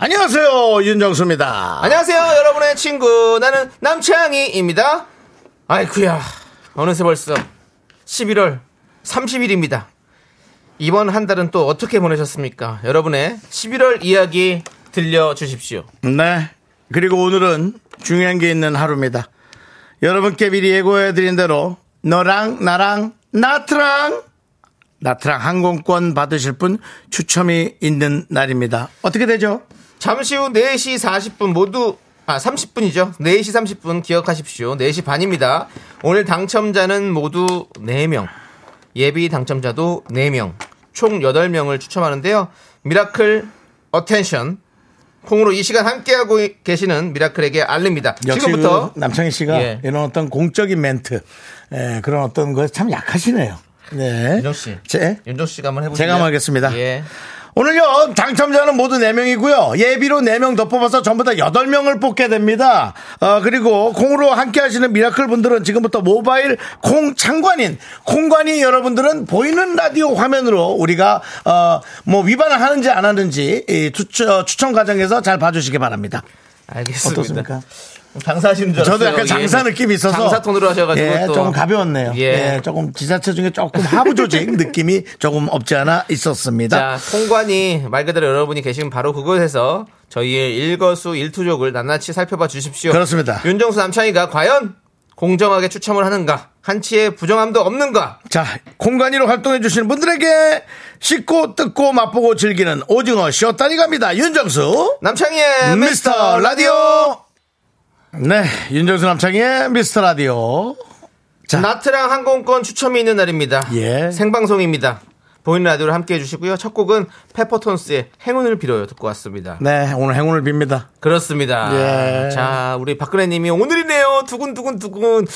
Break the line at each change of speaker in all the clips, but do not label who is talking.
안녕하세요 윤정수입니다.
안녕하세요, 여러분의 친구. 나는 남창희입니다. 아이쿠야, 어느새 벌써 11월 30일입니다. 이번 한 달은 또 어떻게 보내셨습니까? 여러분의 11월 이야기 들려주십시오.
네. 그리고 오늘은 중요한 게 있는 하루입니다. 여러분께 미리 예고해드린 대로 너랑 나랑 나트랑 나트랑 항공권 받으실 분 추첨이 있는 날입니다. 어떻게 되죠?
잠시 후 4시 40분 모두 아 30분이죠. 4시 30분 기억하십시오. 4시 반입니다. 오늘 당첨자는 모두 4명. 예비 당첨자도 4명. 총 8명을 추첨하는데요. 미라클 어텐션 콩으로 이 시간 함께하고 계시는 미라클에게 알립니다.
역시
지금부터
그 남창희 씨가
예.
이런 어떤 공적인 멘트 예, 그런 어떤 거에 참 약하시네요. 네.
윤정 씨.
제,
윤종 씨가 한번 해보세요.
제가 한번 하겠습니다.
예.
오늘요 당첨자는 모두 4명이고요 예비로 4명 더 뽑아서 전부 다 8명을 뽑게 됩니다 어, 그리고 콩으로 함께 하시는 미라클 분들은 지금부터 모바일 콩 창관인 콩관이 여러분들은 보이는 라디오 화면으로 우리가 어, 뭐 위반을 하는지 안 하는지 이 투- 어, 추천 과정에서 잘 봐주시기 바랍니다
알겠습니다.
어떻습니까?
장사하시는 줄 알았어요. 예.
저도 약간 장사 느낌이 있어서
장사톤으로 하셔가지고
예,
또.
조금 가벼웠네요.
예.
예, 조금 지자체 중에 조금 하부 조직 느낌이 조금 없지 않아 있었습니다.
자, 통관이 말 그대로 여러분이 계시면 바로 그곳에서 저희의 일거수 일투족을 낱낱이 살펴봐 주십시오.
그렇습니다.
윤정수 남창희가 과연 공정하게 추첨을 하는가? 한치의 부정함도 없는가?
자, 공간이로 활동해 주시는 분들에게 씻고 뜯고 맛보고 즐기는 오징어 쇼다리 갑니다. 윤정수
남창희의
미스터 라디오. 네, 윤정수 남창희의 미스터 라디오. 자.
나트랑 항공권 추첨이 있는 날입니다.
예.
생방송입니다. 보이는 라디오를 함께 해주시고요. 첫 곡은 페퍼톤스의 행운을 빌어요 듣고 왔습니다.
네, 오늘 행운을 빕니다.
그렇습니다.
예.
자, 우리 박근혜님이 오늘이네요. 두근두근 두근.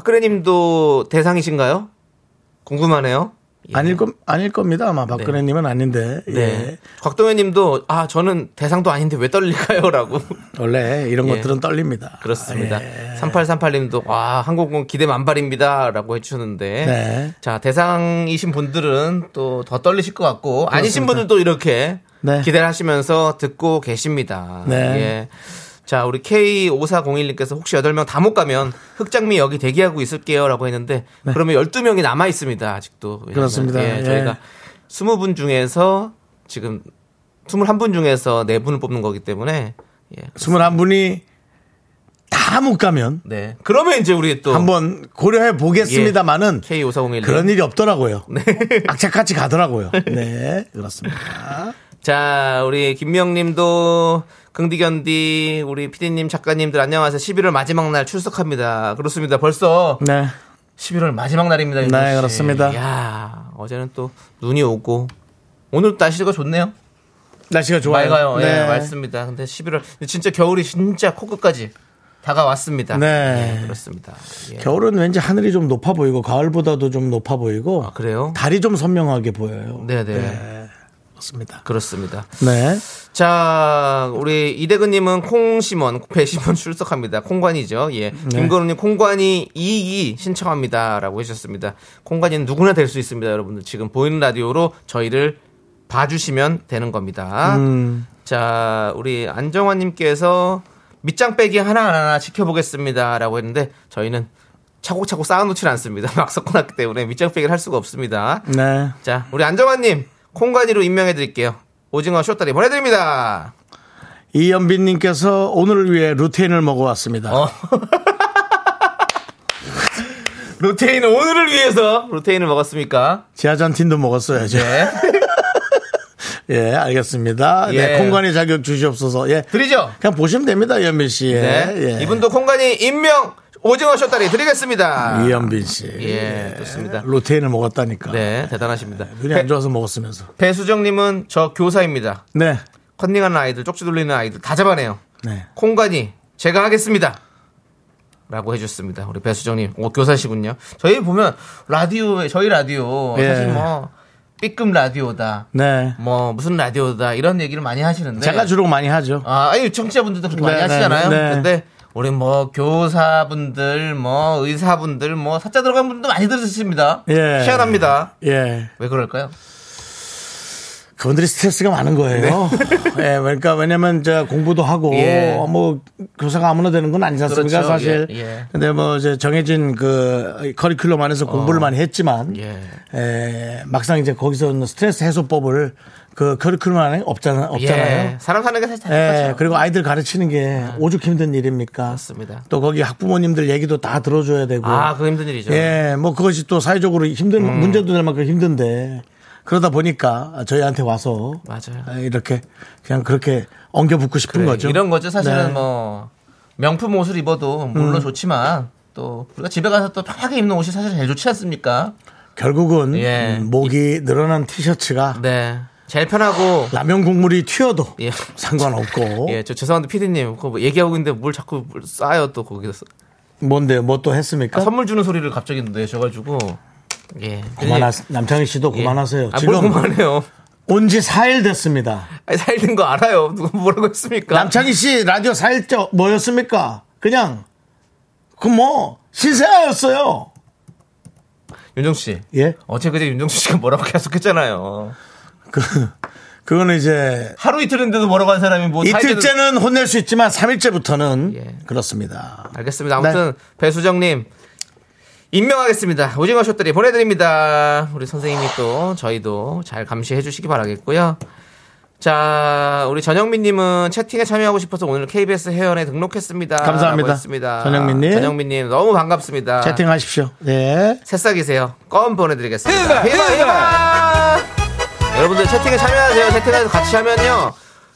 박근혜님도 대상이신가요? 궁금하네요. 예.
아닐 것 아닐 겁니다. 아마 박근혜님은 아닌데. 예.
네. 곽동현님도 아 저는 대상도 아닌데 왜 떨릴까요?라고.
원래 이런
예.
것들은 떨립니다.
그렇습니다.
예.
3838님도 와 항공권 기대 만발입니다라고 해주셨는데
네.
자 대상이신 분들은 또 더 떨리실 것 같고 아니신 분들도 이렇게
네.
기대를 하시면서 듣고 계십니다.
네.
예. 자 우리 K5401님께서 혹시 8명 다 못 가면 흑장미 여기 대기하고 있을게요라고 했는데 그러면 12명이 남아 있습니다 아직도 왜냐면,
네. 그렇습니다.
예,
예.
저희가 20분 중에서 지금 21분 중에서 4분을 뽑는 거기 때문에 예.
21분이 다 못 가면
네. 그러면 이제 우리 또 예.
한번 고려해 보겠습니다만은
K5401
그런 일이 없더라고요.
네.
악착같이 가더라고요. 네, 그렇습니다.
자, 우리 김명님도 긍디견디 우리 피디님 작가님들 안녕하세요. 11월 마지막 날 출석합니다. 그렇습니다. 벌써
네.
11월 마지막 날입니다. 윤정
네,
씨.
그렇습니다.
야, 어제는 또 눈이 오고 오늘 날씨가 좋네요.
날씨가 좋아요.
맑아요. 예,
네.
맑습니다. 근데 11월 근데 진짜 겨울이 진짜 코끝까지 다가왔습니다.
네.
예, 그렇습니다. 예.
겨울은 왠지 하늘이 좀 높아 보이고 가을보다도 좀 높아 보이고
아, 그래요?
달이 좀 선명하게 보여요.
네, 네.
그렇습니다.
그렇습니다.
네.
자, 우리 이대근님은 콩심원, 배심원 출석합니다. 콩관이죠. 예. 김건우님 콩관이 2기 신청합니다라고 해주셨습니다. 콩관이는 누구나 될 수 있습니다, 여러분들. 지금 보이는 라디오로 저희를 봐주시면 되는 겁니다. 자, 우리 안정환님께서 밑장 빼기 하나하나 지켜보겠습니다라고 했는데 저희는 차곡차곡 쌓아놓지 않습니다. 막 섞어놨기 때문에 밑장 빼기를 할 수가 없습니다.
네.
자, 우리 안정환님 콩관이로 임명해 드릴게요. 오징어 쇼다리 보내드립니다.
이연빈님께서 오늘을 위해 루테인을 먹어왔습니다.
루테인 오늘을 위해서 루테인을 먹었습니까?
지하잔틴도 먹었어야죠.
네.
예, 알겠습니다.
예.
네, 콩관이 자격 주시옵소서. 예.
드리죠.
그냥 보시면 됩니다, 연빈 씨. 예.
네.
예.
이분도 콩관이 임명 오징어 쇼다리 드리겠습니다.
이연빈 씨.
예, 좋습니다.
루테인을 먹었다니까.
네, 대단하십니다.
눈이 안 좋아서 먹었으면서.
배수정님은 저 교사입니다.
네.
컨닝하는 아이들, 쪽지 돌리는 아이들 다 잡아내요.
네.
콩관이 제가 하겠습니다. 라고 해주셨습니다. 우리 배수정님, 오, 교사시군요. 저희 보면 라디오에 저희 라디오
예.
사실 뭐 B급 라디오다.
네.
뭐 무슨 라디오다 이런 얘기를 많이 하시는데
제가 주로 많이 하죠.
아, 아니 청취자분들도 그렇게 많이
네, 네,
하시잖아요.
네, 네.
근데 우리 뭐 교사분들, 뭐 의사분들, 뭐 사자 들어간 분도 많이 들으십니다.
예.
희한합니다.
예.
왜 그럴까요?
그분들이 스트레스가 많은 거예요. 예, 그러니까 왜냐면 이제 공부도 하고
네. 예.
뭐 교사가 아무나 되는 건 아니지 않습니까
그렇죠.
사실.
예, 예.
근데 뭐 이제 정해진 그 커리큘럼 안에서 공부를 많이 했지만
예.
예, 막상 이제 거기서 스트레스 해소법을 그 커리큘럼 안에 없잖아, 없잖아요.
예. 사람 사는 게 사실 다른
예,
거죠.
그리고 아이들 가르치는 게 오죽 힘든 일입니까?
그렇습니다.
또 거기 학부모님들 얘기도 다 들어줘야 되고.
아, 그거 힘든 일이죠.
예, 뭐 그것이 또 사회적으로 힘든
음.
문제도 될 만큼 힘든데 그러다 보니까 저희한테 와서
맞아요.
아, 이렇게 그냥 그렇게 엉겨붙고 싶은
그래,
거죠.
이런 거죠. 사실은
네. 음.
뭐 명품 옷을 입어도 물론 좋지만 또 우리가 집에 가서 또 편하게 입는 옷이 사실 제일 좋지 않습니까?
결국은
예.
음, 목이 늘어난 티셔츠가
네. 제일 편하고
라면 국물이 튀어도
예.
상관없고
예, 저 죄송한데 피디님 그거 뭐 얘기하고 있는데 뭘 자꾸 뭘 싸요 또 거기서
뭔데요? 뭐 또 했습니까?
아, 그러니까 선물 주는 소리를 갑자기 내셔가지고 예
그만하 남창희 씨도
예.
그만하세요.
아, 뭘
지금
그만해요?
온 지 4일 됐습니다.
아니, 살린 거 알아요. 누가 뭐라고 했습니까?
남창희 씨 라디오 4일 때 뭐였습니까? 그냥 그 뭐 신세아였어요.
윤정수 씨.
예?
어제 그제 윤정수 씨가 뭐라고 계속했잖아요.
그 그거는 이제
하루 이틀인데도 뭐라고 한 사람이 뭐 사이즈도-
이틀째는 혼낼 수 있지만 3일째부터는
예.
그렇습니다.
알겠습니다. 아무튼 배수정님 임명하겠습니다. 오징어 쇼다리 보내드립니다. 우리 선생님이 또 저희도 잘 감시해 주시기 바라겠고요. 자, 우리 전영민님은 채팅에 참여하고 싶어서 오늘 KBS 회원에 등록했습니다.
감사합니다.
라고 했습니다.
전영민님.
전영민님 너무 반갑습니다.
채팅하십시오. 예.
새싹이세요. 껌 보내드리겠습니다. 히바, 히바! 여러분들 채팅에 참여하세요. 채팅에 같이 하면요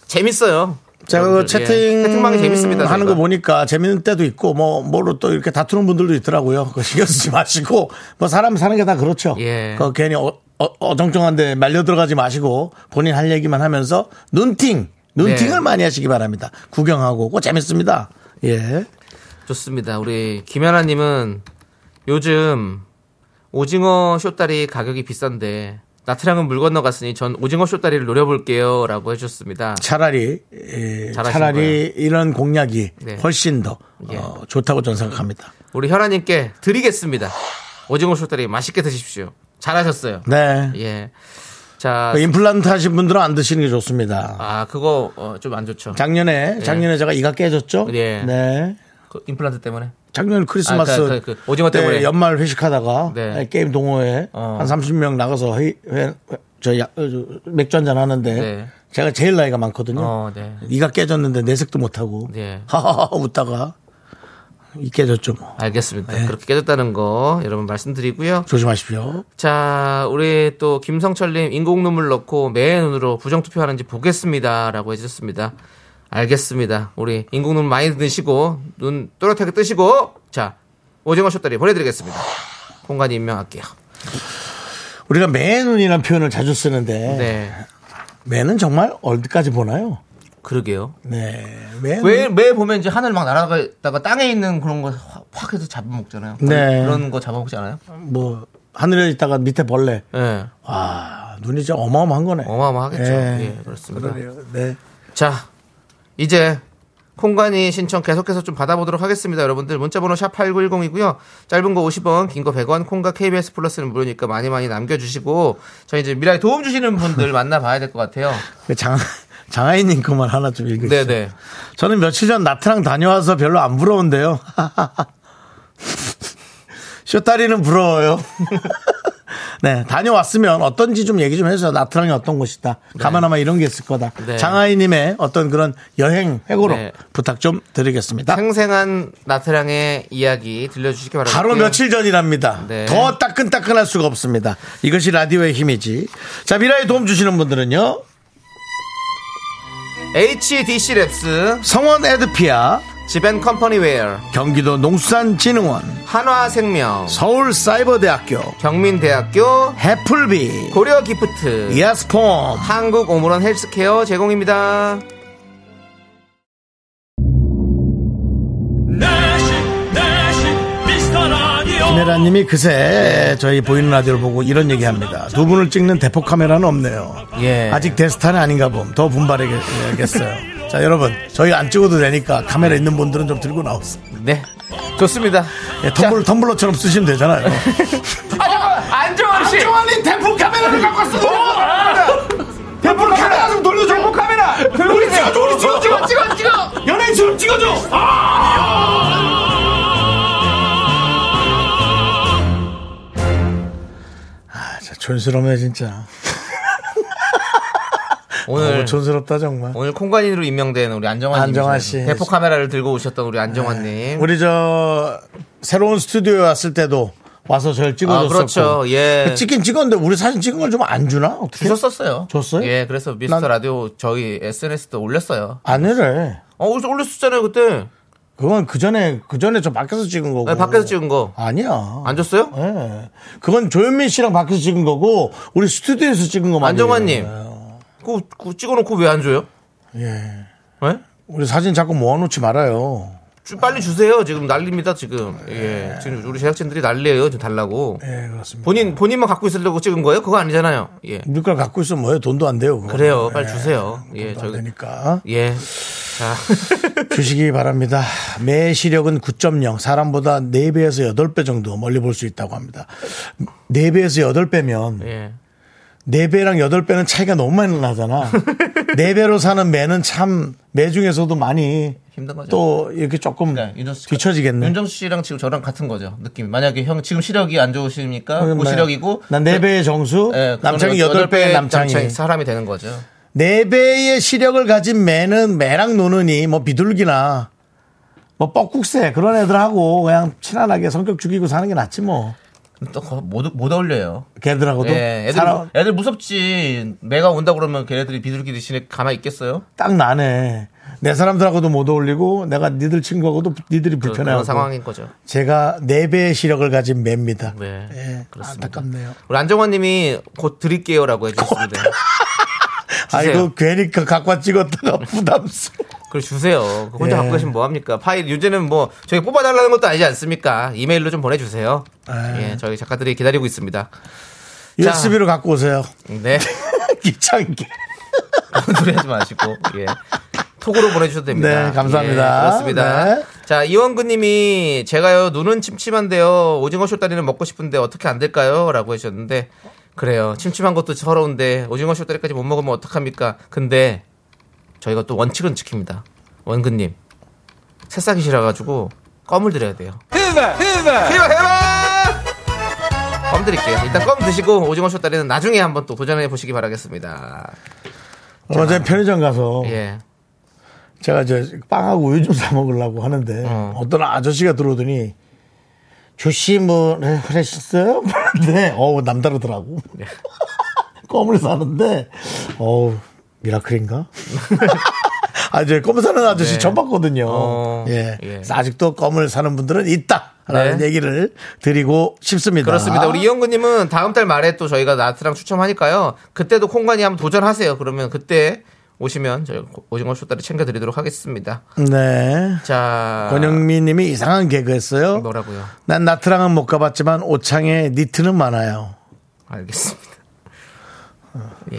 재밌어요.
제가 그
여러분들,
채팅
예. 채팅방이 재밌습니다.
하는 거
저희가.
보니까 재밌는 때도 있고 뭐 뭐로 또 이렇게 다투는 분들도 있더라고요. 그거 신경 쓰지 마시고 뭐 사람 사는 게 다 그렇죠.
예.
그 괜히 어, 정쩡한데 말려 들어가지 마시고 본인 할 얘기만 하면서 눈팅 눈팅을
네.
많이 하시기 바랍니다. 구경하고 꼭 재밌습니다. 예.
좋습니다. 우리 김연아님은 요즘 오징어 쇼다리 가격이 비싼데 나트랑은 물 건너 갔으니 전 오징어 쇼다리를 노려볼게요라고 해주셨습니다.
차라리 예,
잘하신
차라리 이런 공약이
네.
훨씬 더
예.
어, 좋다고 저는 생각합니다.
우리 현아님께 드리겠습니다. 오징어 쇼다리 맛있게 드십시오. 잘하셨어요.
네.
예. 자,
그 임플란트 하신 분들은 안 드시는 게 좋습니다.
아 그거 좀 안 좋죠.
작년에 작년에 제가 이가 깨졌죠.
예.
네.
그 임플란트 때문에.
작년 크리스마스
아, 그, 그, 그 오징어
때
때문에.
연말 회식하다가 예,
네.
게임 동호회
어.
한 30명 나가서 회, 회- 저 야- 어, 저 맥주 한잔 하는데
네.
제가 제일 나이가 많거든요.
어, 네.
이가 깨졌는데 내색도 못 하고
네.
하하하 웃다가 이 깨졌죠. 뭐.
알겠습니다. 그렇게 깨졌다는 거 여러분 말씀드리고요.
조심하십시오.
자, 우리 또 김성철님 인공 눈물 넣고 매의 눈으로 부정 투표하는지 보겠습니다라고 해주셨습니다. 알겠습니다. 우리 인공 눈물 많이 드시고 눈 또렷하게 뜨시고 자 오징어 쇼다리 보내드리겠습니다. 공간 임명할게요.
우리가 매눈이라는 표현을 자주 쓰는데
네,
매는 정말 어디까지 보나요?
그러게요.
네. 매.
왜, 매 보면 이제 하늘 막 날아가다가 땅에 있는 그런 거 확 해서 잡아먹잖아요.
네.
그런 거 잡아먹지 않아요?
뭐 하늘에 있다가 밑에 벌레.
네.
와, 눈이 진짜 어마어마한 거네.
어마어마하겠죠.
예.
예, 그렇습니다.
그러네요. 네.
자, 이제 콩간이 신청 계속해서 좀 받아보도록 하겠습니다. 여러분들 문자번호 샵 8910이고요. 짧은 거 50원, 긴 거 100원, 콩과 KBS 플러스는 무료니까 많이 많이 남겨주시고 저희 이제 미라에 도움 주시는 분들 만나봐야 될 것 같아요.
그 장, 장하이님 그만 하나 좀 읽으세요.
네네.
저는 며칠 전 나트랑 다녀와서 별로 안 부러운데요. 쇼다리는 부러워요. 네, 다녀왔으면 어떤지 좀 얘기 좀 해주세요. 나트랑이 어떤 곳이다. 가만 아마 이런 게 있을 거다.
네.
장하이님의 어떤 그런 여행 회고로
네.
부탁 좀 드리겠습니다.
생생한 나트랑의 이야기 들려주시기 바랍니다.
바로 며칠 전이랍니다.
네.
더 따끈따끈할 수가 없습니다. 이것이 라디오의 힘이지. 자, 미라에 도움 주시는 분들은요.
HDC 랩스,
성원 에드피아,
지벤컴퍼니웨어,
경기도 농수산진흥원,
한화생명,
서울사이버대학교,
경민대학교,
해플비,
고려기프트,
예스폼,
한국 오므론 헬스케어 제공입니다.
내시 내시 미스터 라디오
김혜라님이 그새 저희 보이는 라디오를 보고 이런 얘기합니다. 두 분을 찍는 대포 카메라는 없네요.
예.
아직 데스타는 아닌가 봄. 더 분발해야겠어요. 자 여러분 저희 안 찍어도 되니까 카메라 있는 분들은 좀 들고 나오세요.
네. 좋습니다.
예, 텀블러 텀블러처럼 쓰시면 되잖아요.
안정환 씨!
아니 대포 카메라를 갖고 쓰는 어? 대포 카메라 좀 돌려줘. 대포 카메라. 우리 찍어줘. 우리 찍어 찍어 찍어 찍어. 연예인처럼 찍어줘. 아, 진짜 촌스럽네 진짜.
오늘,
너무 촌스럽다 정말.
오늘 콩관인으로 임명된 우리 안정환 님.
아, 뭐 안정환 씨. 네.
대포 카메라를 들고 오셨던 우리 안정환님.
우리 저 새로운 스튜디오에 왔을 때도 와서 저를 찍어줬었고.
아, 그렇죠. 예.
찍긴 찍었는데 우리 사진 찍은 걸 좀 안 주나? 어떻게?
주셨었어요.
줬어요?
예, 그래서 미스터
난-
라디오 저희 SNS도 올렸어요.
아니래.
어, 올- 올렸었잖아요, 그때.
그건 그 전에 그 전에 저 밖에서 찍은 거고.
네, 밖에서 찍은 거.
아니야.
안 줬어요?
예. 그건 조현민 씨랑 밖에서 찍은 거고 우리 스튜디오에서 찍은 거 말이에요.
안정환님. 그거, 그거 찍어놓고 왜 안 줘요?
예.
예?
우리 사진 자꾸 모아놓지 말아요.
좀 빨리 주세요. 지금 난립니다, 지금. 예. 지금 우리 제작진들이 난리예요. 지금 달라고.
예, 그렇습니다.
본인, 본인만 갖고 있으려고 찍은 거예요? 그거 아니잖아요. 예.
우리 걸 갖고 있으면 뭐예요? 돈도 안 돼요. 그거.
그래요. 빨리 주세요. 예,
안
저기.
되니까.
예. 자.
주시기 바랍니다. 매 시력은 9.0, 사람보다 4배에서 8배 정도 멀리 볼 수 있다고 합니다. 4배에서 8배면
예.
4배랑 8배는 차이가 너무 많이 나잖아. 4배로 사는 매는 참, 매 중에서도 많이
힘든 거죠.
또 이렇게 조금
네, 윤정수 씨가-
뒤처지겠네.
윤정수 씨랑 지금 저랑 같은 거죠. 느낌이. 만약에 형 지금 시력이 안 좋으시니까 고시력이고.
네. 난 4배의 정수,
예,
남창이
그거는
8배의 남창이.
남창이 사람이 되는 거죠.
4배의 시력을 가진 매는 매랑 노느니 뭐 비둘기나 뭐 뻐국새 그런 애들하고 그냥 친하게 성격 죽이고 사는 게 낫지 뭐.
또못 못 어울려요.
걔들하고도
예, 애들,
사람
애들 무섭지. 내가 온다 그러면 걔네들이 비둘기 대신에 가만히 있겠어요?
딱 나네. 내 사람들하고도 못 어울리고 내가 니들 친구하고도 니들이
그,
불편해하고.
런 상황인 거죠.
제가 4배의 시력을 가진 매입니다.
네.
예,
그렇습니다.
안타깝네요.
우리 안정환 님이 곧 드릴게요라고 해주셨습니다.
아이고 괜히 그 갖고 와 찍었다가 부담스러워.
그걸 주세요. 그거 혼자
예.
갖고 계시면 뭐합니까? 파일, 요즘은 뭐, 저희 뽑아달라는 것도 아니지 않습니까? 이메일로 좀 보내주세요.
예.
예, 저희 작가들이 기다리고 있습니다.
USB로 갖고 오세요.
네.
귀찮게.
그런 소리 하지 마시고, 예. 톡으로 보내주셔도 됩니다.
네, 감사합니다.
예, 그렇습니다.
네.
자, 이원근 님이, 제가요, 눈은 침침한데요. 오징어 쇼다리는 먹고 싶은데 어떻게 안 될까요? 라고 하셨는데, 그래요. 침침한 것도 서러운데, 오징어 쇼다리까지 못 먹으면 어떡합니까? 근데, 저희가 또 원칙은 지킵니다. 원근 님. 새싹이 싫어가지고, 껌을 드려야 돼요. 해봐, 해봐! 껌 드릴게요. 일단 껌 드시고, 오징어 쇼다리는 나중에 한번 또 도전해 보시기 바라겠습니다.
얼마 전에 편의점 가서
예.
제가 저 빵하고 우유 좀 사 먹으려고 하는데
어.
어. 떤 아저씨가 들어오더니 조씨 뭐 네, 그러셨어요? 그런데 어우 남다르더라고.
네.
껌을 사는데 어우 미라클인가? 아, 저 껌 사는 아저씨
네.
처음 봤거든요.
어,
예.
예.
아직도 껌을 사는 분들은 있다라는
네.
얘기를 드리고 싶습니다.
그렇습니다. 우리 이영구님은 다음 달 말에 또 저희가 나트랑 추첨하니까요. 그때도 콩관이 한번 도전하세요. 그러면 그때 오시면 저희 오징어 쇼다리 챙겨드리도록 하겠습니다.
네.
자,
권영민 님이 이상한 개그했어요.
뭐라고요?
난 나트랑은 못 가봤지만 오창에 니트는 많아요.
알겠습니다.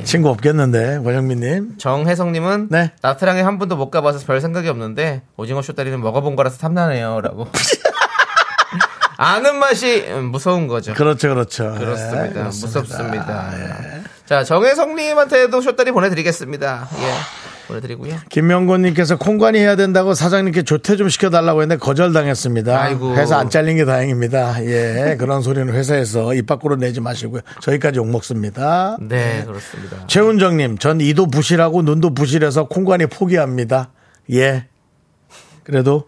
친구 없겠는데 권영민님.
정혜성님은
네.
나트랑에 한 번도 못 가봐서 별 생각이 없는데 오징어 쇼다리는 먹어본 거라서 탐나네요라고. 아는 맛이 음, 무서운 거죠.
그렇죠, 그렇죠.
그렇습니다.
예, 그렇습니다. 아, 예.
무섭습니다. 자, 정혜성님한테도 쇼다리 보내드리겠습니다. 예, 보내드리고요.
김명곤님께서 콩관이 해야 된다고 사장님께 조퇴 좀 시켜달라고 했는데 거절당했습니다.
아이고.
회사 안 잘린 게 다행입니다. 예, 그런 소리는 회사에서 입 밖으로 내지 마시고요. 저희까지 욕 먹습니다.
네, 그렇습니다.
최훈정님, 전 이도 부실하고 눈도 부실해서 콩관이 포기합니다. 예. 그래도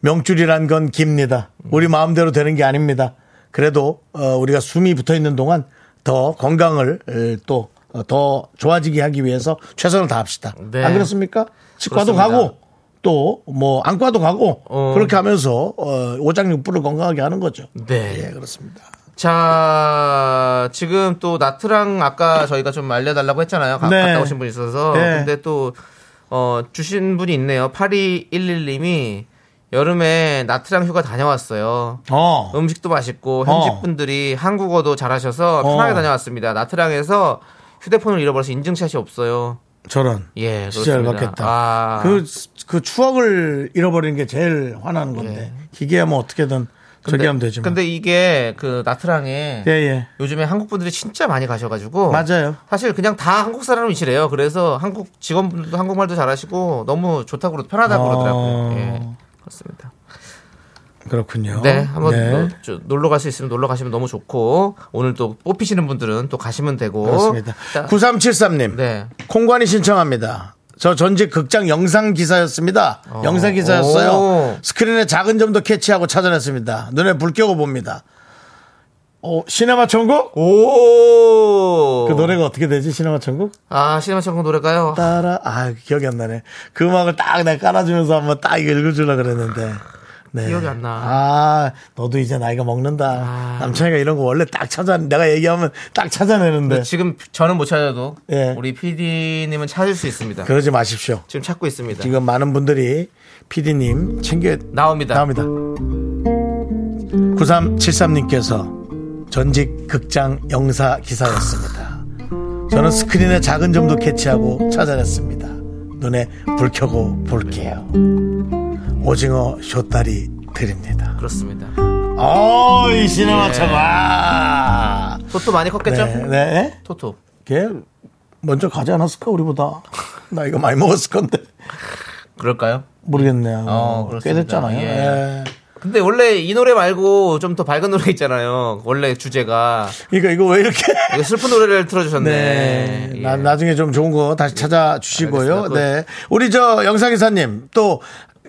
명줄이란 건 깁니다. 우리 마음대로 되는 게 아닙니다. 그래도 어, 우리가 숨이 붙어 있는 동안 더 건강을 어, 또 더 좋아지게 하기 위해서 최선을 다합시다.
네.
안 그렇습니까? 치과도
그렇습니다.
가고 또 뭐 안과도 가고
어.
그렇게 하면서 어, 오장육부를 건강하게 하는 거죠.
네.
예, 그렇습니다.
자, 지금 또 나트랑 아까 저희가 좀 알려달라고 했잖아요. 가-
네.
갔다 오신 분이 있어서.
네.
근데 또, 어, 주신 분이 있네요. 8211님이 여름에 나트랑 휴가 다녀왔어요.
어.
음식도 맛있고 현지
어.
분들이 한국어도 잘하셔서 편하게
어.
다녀왔습니다. 나트랑에서 휴대폰을 잃어버려서 인증샷이 없어요.
저런.
예,
진짜
그렇습니다.
열받겠다.
아.
그, 그 추억을 잃어버리는 게 제일 화나는 건데. 기계야 뭐 어떻게든 저기 하면 되지만. 뭐.
네. 근데 이게 그 나트랑에
예, 예.
요즘에 한국 분들이 진짜 많이 가셔가지고
맞아요.
사실 그냥 다 한국 사람이시래요. 그래서 한국 직원분들도 한국말도 잘하시고 너무 좋다고 그러- 편하다고
어.
그러더라고요. 예, 그렇습니다.
그렇군요.
네, 한번
네.
또 저- 놀러 갈 수 있으면 놀러 가시면 너무 좋고 오늘 또 뽑히시는 분들은 또 가시면 되고
그렇습니다.
어? 자,
9373님.
네.
콩관이 신청합니다. 저 전직 극장 영상 기사였습니다. 영상 기사였어요.
오.
스크린의 작은 점도 캐치하고 찾아냈습니다. 눈에 불 켜고 봅니다. 어, 시네마 천국?
오.
그 노래가 어떻게 되지? 시네마 천국?
아 시네마 천국 노래가요.
따라 아 기억이 안 나네. 그 음악을 딱 내가 깔아주면서 한번 딱 이거 읽어주려 그랬는데. 네.
기억이 안 나. 아.
아 너도 이제 나이가 먹는다. 남창이가 이런 거 원래 딱 찾아 내가 얘기하면 딱 찾아내는데.
지금 저는 못 찾아도
네. 예.
우리 PD님은 찾을 수 있습니다.
그러지 마십시오.
지금 찾고 있습니다.
지금 많은 분들이 PD님 챙겨
나옵니다.
나옵니다. 9373님께서 전직 극장 영사 기사였습니다. 저는 스크린의 작은 점도 캐치하고 찾아냈습니다. 눈에 불 켜고 볼게요. 오징어 쇼다리 드립니다.
그렇습니다. 아,
어이, 시네마 쳐봐!
토토 많이 컸겠죠?
네, 네.
토토.
걔 먼저 가지 않았을까, 우리보다? 나 이거 많이 먹었을 건데.
그럴까요?
모르겠네요.
어,
꽤
그렇습니다.
됐잖아요.
예.
예.
근데 원래 이 노래 말고 좀 더 밝은 노래 있잖아요. 원래 주제가
그러니까 이거 왜 이렇게.
이거 슬픈 노래를 틀어주셨네.
네.
예.
나, 나중에 좀 좋은 거 다시 찾아주시고요.
알겠습니다.
네. 우리 저 영상기사님 또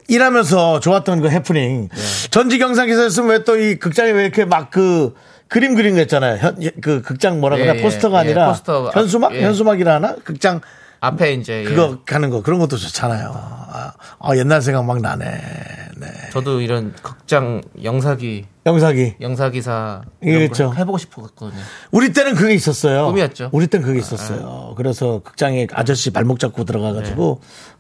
일하면서 좋았던 그 해프닝.
네.
전직 영상기사였으면 왜 또 이 극장에 왜 이렇게 막 그 그림 그린 거 있잖아요. 현, 예, 그 극장 뭐라
예,
그러나
예,
포스터가
예,
아니라
포스터.
현수막?
예.
현수막이라 하나? 극장
앞에 이제 예.
그거 가는 거 그런 것도 좋잖아요. 아, 아, 옛날 생각 막 나네. 네.
저도 이런 극장 영사기
영상이.
영사기사
예,
이런 걸
그렇죠.
해보고 싶었거든요.
우리 때는 그게 있었어요.
꿈이었죠. 아,
우리 때는 그게 있었어요. 그래서 극장에 아저씨 발목 잡고 들어가가지고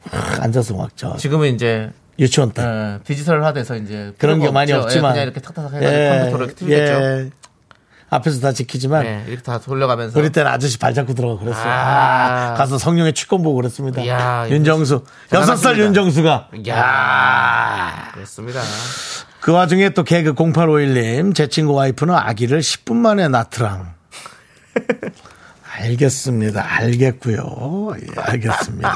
확 앉아서 막 저
네. 지금은 이제
유치원 때
예, 디지털 화돼서 이제
그런 게
필요가
많이
없죠. 예,
없지만
그냥 이렇게 탁탁탁 해가지고 컴퓨터로 이렇게 틀겠죠.
예. 앞에서 다 지키지만
예, 이렇게 다 돌려가면서
우리 때는 아저씨 발 잡고 들어가 그랬어요.
아.
아, 가서 성룡의 축권 보고 그랬습니다.
이야,
윤정수 여섯 살
대단하십니다.
윤정수가
야 그렇습니다.
그 와중에 또 개그 0851님 제 친구 와이프는 아기를 10분 만에 낳더랑 알겠습니다. 알겠고요. 예, 알겠습니다.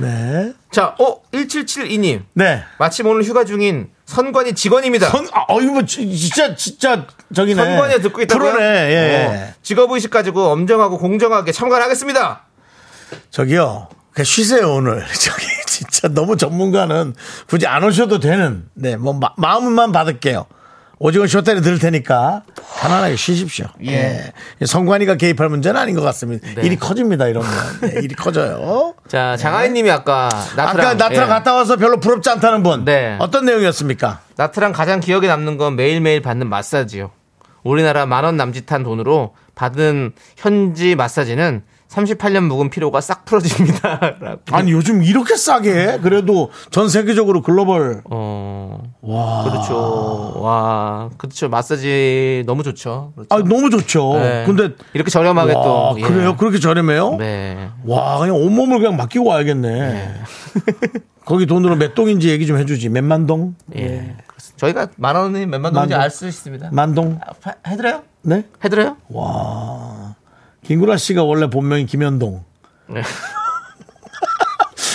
네.
자, 어 1772님
네.
마침 오늘 휴가 중인 선관위 직원입니다.
선, 아, 어이, 뭐, 지- 진짜, 진짜, 저기네.
선관위에 듣고 있다고요?
프로네, 예.
어, 직업의식 가지고 엄정하고 공정하게 참가를 하겠습니다.
저기요. 그냥 쉬세요, 오늘. 저기, 진짜 너무 전문가는 굳이 안 오셔도 되는. 네, 뭐, 마, 마음만 받을게요. 오징어 쇼다리 들을 테니까 편안하게 쉬십시오. 예. 성관이가 개입할 문제는 아닌 것 같습니다. 일이 커집니다, 이러면. 네, 일이 커져요.
자, 장하인님이 아까 나트랑,
아까 나트랑
예.
갔다 와서 별로 부럽지 않다는 분.
네.
어떤 내용이었습니까?
나트랑 가장 기억에 남는 건 매일매일 받는 마사지요. 우리나라 만 원 남짓한 돈으로 받은 현지 마사지는 38년 묵은 피로가 싹 풀어집니다. 라고.
아니, 요즘 이렇게 싸게 해? 그래도 전 세계적으로 글로벌.
어,
와.
그렇죠. 와, 그렇죠. 마사지 너무 좋죠. 그렇죠.
아, 너무 좋죠.
네.
근데
이렇게 저렴하게
와,
또 예.
그래요? 그렇게 저렴해요?
네.
와, 그냥 온몸을 그냥 맡기고 와야겠네. 거기 돈으로 몇 동인지 얘기 좀 해주지. 몇만 동?
예. 그렇습니다. 저희가 만 원이 몇만 원인지
만 원.
알 수 있습니다.
만 동?
아, 파- 해드려요?
네?
해드려요?
와. 김구라 씨가 원래 본명이 김현동.
네.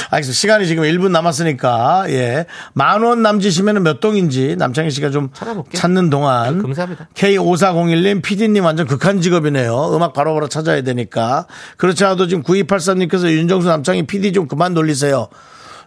알겠습니다. 시간이 지금 1분 남았으니까, 예. 만 원 남짓이면 몇 동인지 남창희 씨가 좀
찾아볼게요. 네,
찾는 동안.
금세합니다.
K5401님, PD님 완전 극한 직업이네요. 음악 바로바로 찾아야 되니까. 그렇지 않아도 지금 9283님께서 윤정수 남창희 PD 좀 그만 놀리세요.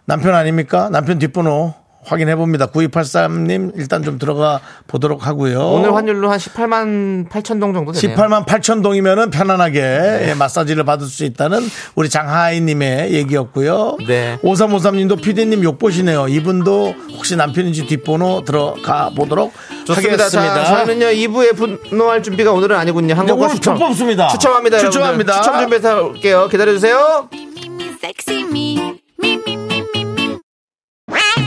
남편 아닙니까? 남편 뒷번호 확인해 봅니다. 9283님 일단 좀 들어가 보도록 하고요.
오늘 환율로 한 18만 8천 동 정도 되네요. 네.
18만 8천 동이면은 편안하게 예, 마사지를 받을 수 있다는 우리 장하이님의 얘기였고요.
네.
5353님도 피디님 욕보시네요. 이분도 혹시 남편인지 뒷번호 들어가 보도록
좋습니다. 자,
하겠습니다.
저희는요 2부에 분노할 준비가 오늘은 아니군요. 한국어
오늘
추첨
불법 없습니다.
추첨합니다. 여러분들.
추첨합니다.
추첨 준비해서 올게요. 기다려주세요.
Sexy me, me, me, me, me, me.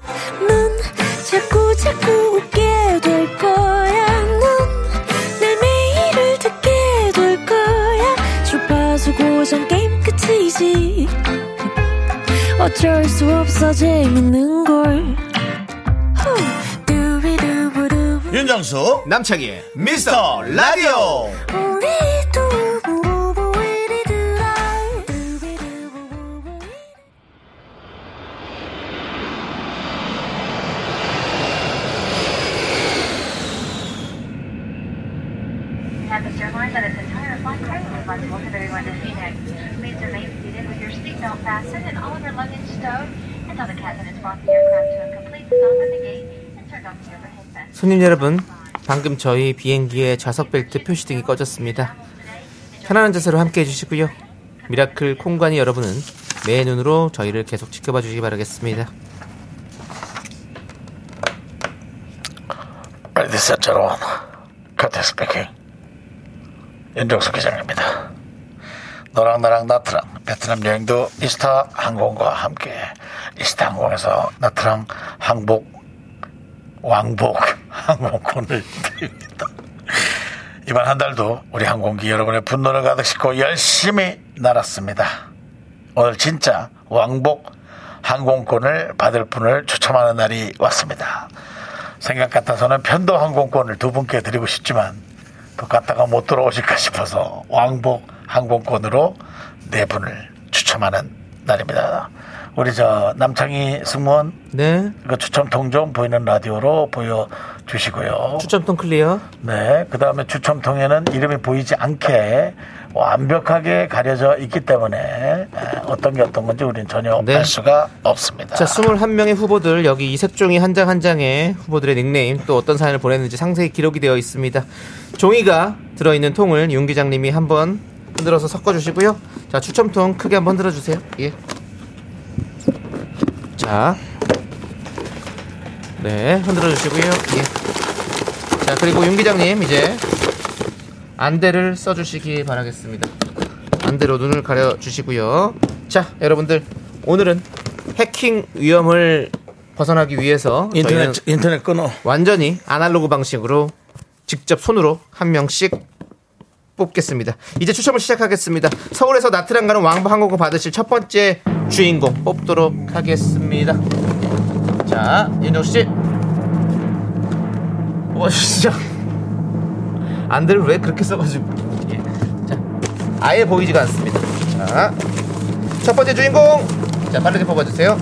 넌 자꾸 자꾸 웃게 될 거야. 넌내 매일을 듣게 될 거야. 주파수 고정 게임 끝이지. 어쩔 수 없어 재밌는 걸. 후. 두비두부두.
윤정수
남창희의
미스터 라디오
우리 두부부부 우리들아. 두비두부부부.
손님 여러분, 방금 저희 비행기의 좌석 벨트 표시등이 꺼졌습니다. 편안한 자세로 함께 해주시고요. 미라클 콩관이 여러분은 매 눈으로 저희를 계속 지켜봐 주시기 바라겠습니다.
Ladies and gentlemen, 카테 스피킹 윤정수 기자입니다. 너랑 나랑 나트랑 베트남 여행도 이스타 항공과 함께 이스타 항공에서 나트랑 항복 왕복 항공권을 드립니다. 이번 한 달도 우리 항공기 여러분의 분노를 가득 싣고 열심히 날았습니다. 오늘 진짜 왕복 항공권을 받을 분을 추첨하는 날이 왔습니다. 생각 같아서는 편도 항공권을 두 분께 드리고 싶지만 또 갔다가 못 돌아오실까 싶어서 왕복 항공권으로 네 분을 추첨하는 날입니다. 우리 저 남창희 승무원
네.
그 추첨통 좀 보이는 라디오로 보여주시고요.
추첨통 클리어.
네, 그 다음에 추첨통에는 이름이 보이지 않게 완벽하게 가려져 있기 때문에 에, 어떤 게 어떤 건지 우리는 전혀
네.
알 수가 없습니다.
자, 21명의 후보들, 여기 이 색종이 한 장 한 장에 후보들의 닉네임, 또 어떤 사연을 보냈는지 상세히 기록이 되어 있습니다. 종이가 들어있는 통을 윤 기장님이 한번 흔들어서 섞어주시고요. 자, 추첨통 크게 한번 흔들어주세요. 예. 자. 네, 흔들어주시고요. 예. 자, 그리고 윤 기장님, 이제 안대를 써주시기 바라겠습니다. 안대로 눈을 가려주시고요. 자, 여러분들 오늘은 해킹 위험을 벗어나기 위해서 저희는
인터넷 인터넷 끊어
완전히 아날로그 방식으로 직접 손으로 한 명씩 뽑겠습니다. 이제 추첨을 시작하겠습니다. 서울에서 나트랑 가는 왕복 항공권 받으실 첫 번째 주인공 뽑도록 하겠습니다. 자, 윤정 씨. 와, 진짜. 안들 왜 그렇게 써가지고. 예. 자, 아예 보이지가 않습니다. 자, 첫 번째 주인공. 자, 빠르게 뽑아주세요.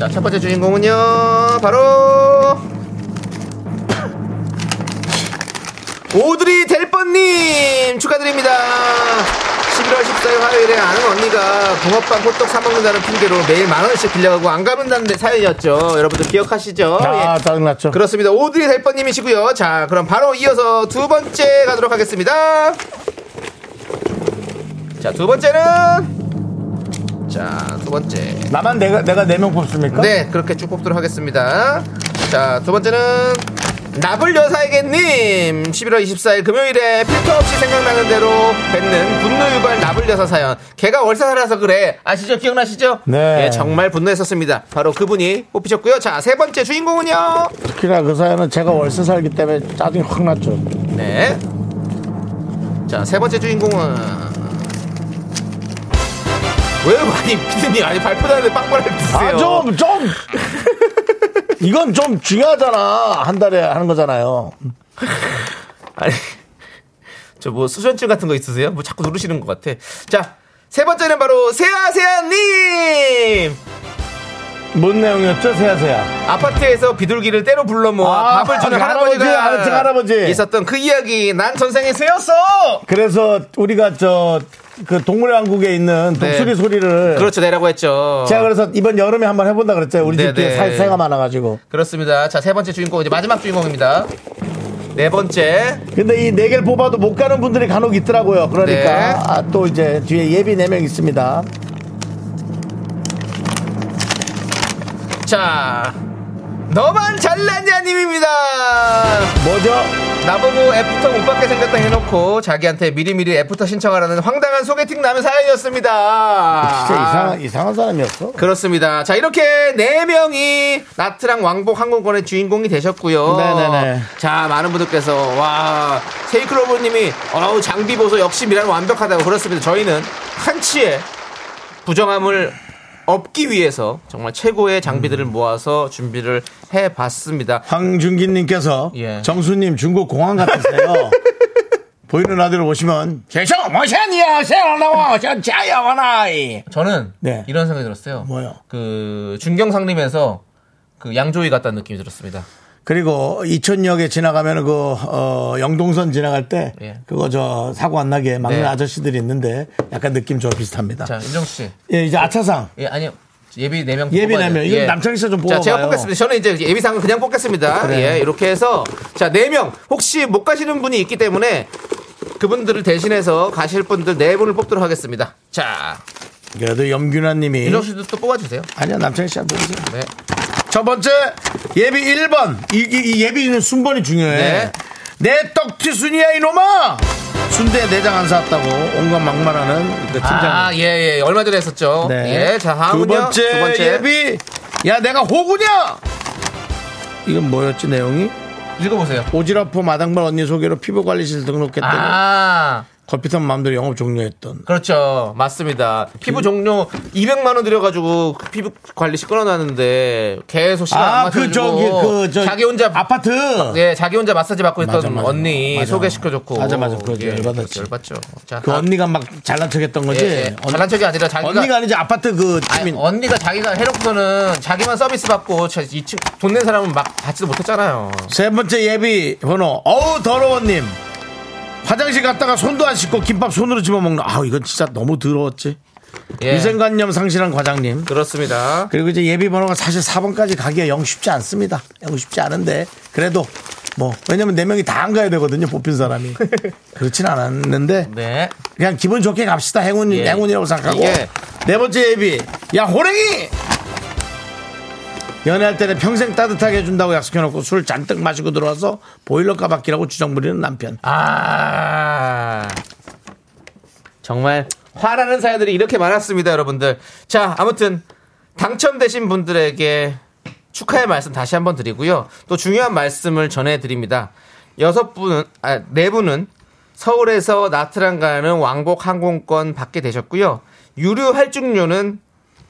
자, 첫 번째 주인공은요, 바로. 오드리 델뻔님 축하드립니다. 11월 14일 화요일에 아는 언니가 붕어빵 호떡 사먹는다는 핑계로 매일 만원씩 빌려가고 안 가본다는 데 사연이었죠. 여러분들 기억하시죠?
아
예.
짜증났죠
그렇습니다. 오드리 델퍼님이시고요. 자, 그럼 바로 이어서 두 번째 가도록 하겠습니다. 자, 두 번째는 자, 두 번째.
나만 내가 내가 네 명 뽑습니까?
네, 그렇게 쭉 뽑도록 하겠습니다. 자, 두 번째는 나불 여사에게님 11월 24일 금요일에 필터 없이 생각나는 대로 뱉는 분노 유발 나불 여사 사연. 걔가 월사살아서 그래. 아시죠? 기억나시죠?
네.
예, 정말 분노했었습니다. 바로 그분이 뽑히셨고요. 자, 세 번째 주인공은요.
특히나 그 사연은 제가 월세 살기 때문에 짜증이 확 났죠
네. 자, 세 번째 주인공은. 왜요? 아니, 피디님, 아니, 발표다는데 빵빠를 드세요.
아좀좀 이건 좀 중요하잖아 한 달에 하는 거잖아요
아니, 저 뭐 수전증 같은 거 있으세요? 뭐 자꾸 누르시는 것 같아. 자, 세 번째는 바로 세아세아님!
뭔 내용이었죠, 세아세아?
아파트에서 비둘기를 때려 불러 모아
아,
밥을 주는
할아버지,
할아버지가
할아버지, 할아버지.
있었던 그 이야기 난 전생에 새였어
그래서 우리가 저 그 동물의 왕국에 있는
네.
독수리 소리를
그렇죠 내라고 했죠
제가 그래서 이번 여름에 한번 해본다 그랬잖아요. 우리
네,
집 뒤에
네.
살 새가 많아가지고.
그렇습니다 자 세 번째 주인공 이제 마지막 주인공입니다 네 번째
근데 이 네 개를 뽑아도 못 가는 분들이 간혹 있더라고요. 그러니까
네.
아, 또 이제 뒤에 예비 네 명 있습니다.
자 너만 잘났냐 님입니다
뭐죠?
나보고 애프터 못 받게 생겼다 해놓고 자기한테 미리미리 애프터 신청하라는 황당한 소개팅 남의 사연이었습니다
진짜 이상한 이상한 사람이었어.
그렇습니다. 자, 이렇게 네 명이 나트랑 왕복 항공권의 주인공이 되셨고요.
네네네.
자, 많은 분들께서 와, 세이클로버 님이 어우, 장비 보소 역시 미란 완벽하다고 그렇습니다. 저희는 한치의 부정함을 없기 위해서 정말
음.
최고의 장비들을 모아서 준비를 해 봤습니다.
황준기님께서
예.
정수님 중국 공항 같으세요. 보이는 라디오를 보시면 제정 모션이야 세라나와 자야와나이
저는
네.
이런 생각이 들었어요.
뭐요?
그 중경상림에서 그 양조위 같다는 느낌이 들었습니다.
그리고 이천역에 지나가면 그 어, 영동선 지나갈 때
예.
그거 저 사고 안 나게 막는
네.
아저씨들이 있는데 약간 느낌 좀 비슷합니다.
자, 윤정수 씨.
예, 이제 아차상
예, 아니요. 예비 4명
예비 네 명. 이건 남창희 씨좀
자,
뽑아봐요.
제가 뽑겠습니다. 저는 이제 예비상은 그냥 뽑겠습니다.
그래.
예, 이렇게 해서 자, 4명. 혹시 못 가시는 분이 있기 때문에 그분들을 대신해서 가실 분들 4분을 뽑도록 하겠습니다. 자,
그래도 염균아님이
윤정 씨도 또 뽑아 주세요.
아니야 남창희 씨안 보세요.
네.
첫 번째 예비 1번 이, 이- 이 예비는 순번이 중요해
네.
내 떡튀순이야 이놈아 순대 내장 안 샀다고 온갖 막말하는 그 팀장
아, 예, 예. 얼마 전에 했었죠. 예. 자,
네. 두
다음은요.
번째, 예비 야 내가 호구냐 이건 뭐였지 내용이
읽어 보세요.
오지라포 마당발 언니 소개로 피부관리실 등록했더니
아,
커피숍 맘대로 영업 종료했던
그렇죠. 맞습니다. 피부 종료 200만 원 들여 가지고 그 피부 관리실 끌어 놨는데 계속 시간 안 맞춰
아그
주고
저기 그저
자기 혼자
아파트
예, 자기 혼자 마사지 받고 있던
맞아, 맞아.
언니
맞아.
소개시켜줬고.
맞아, 맞아. 그거
예,
열받았지.
열받죠. 자,
그
아,
언니가 막 잘난 척했던 거지
예, 예. 잘난 척이 아니라 자기가.
언니가 아니지 아파트 그
아니, 어.
주민
언니가 자기가 해놓고서는 자기만 서비스 받고 자- 이층 돈낸 사람은 막 받지도 못했잖아요.
세 번째 예비 번호 어우 더러워님 화장실 갔다가 손도 안 씻고 김밥 손으로 집어 먹는 아 이건 진짜 너무 더러웠지
예.
위생관념 상실한 과장님
그렇습니다.
그리고 이제 예비 번호가 사실 4번까지 가기가 영 쉽지 않습니다 영 쉽지 않은데 그래도 뭐 왜냐면 네 명이 다 안 가야 되거든요 뽑힌 사람이 그렇진 않았는데
네.
그냥 기분 좋게 갑시다 행운
예.
행운이라고 생각하고
이게-
네 번째 예비 야 호랭이 연애할 때는 평생 따뜻하게 해준다고 약속해놓고 술 잔뜩 마시고 들어와서 보일러 까박기라고 주정부리는 남편
아. 정말 화나는 사연들이 이렇게 많았습니다, 여러분들. 자, 아무튼 당첨되신 분들에게 축하의 말씀 다시 한번 드리고요. 또 중요한 말씀을 전해드립니다. 여섯 분은, 아, 네 분은 서울에서 나트랑 가는 왕복 항공권 받게 되셨고요. 유료 할증료는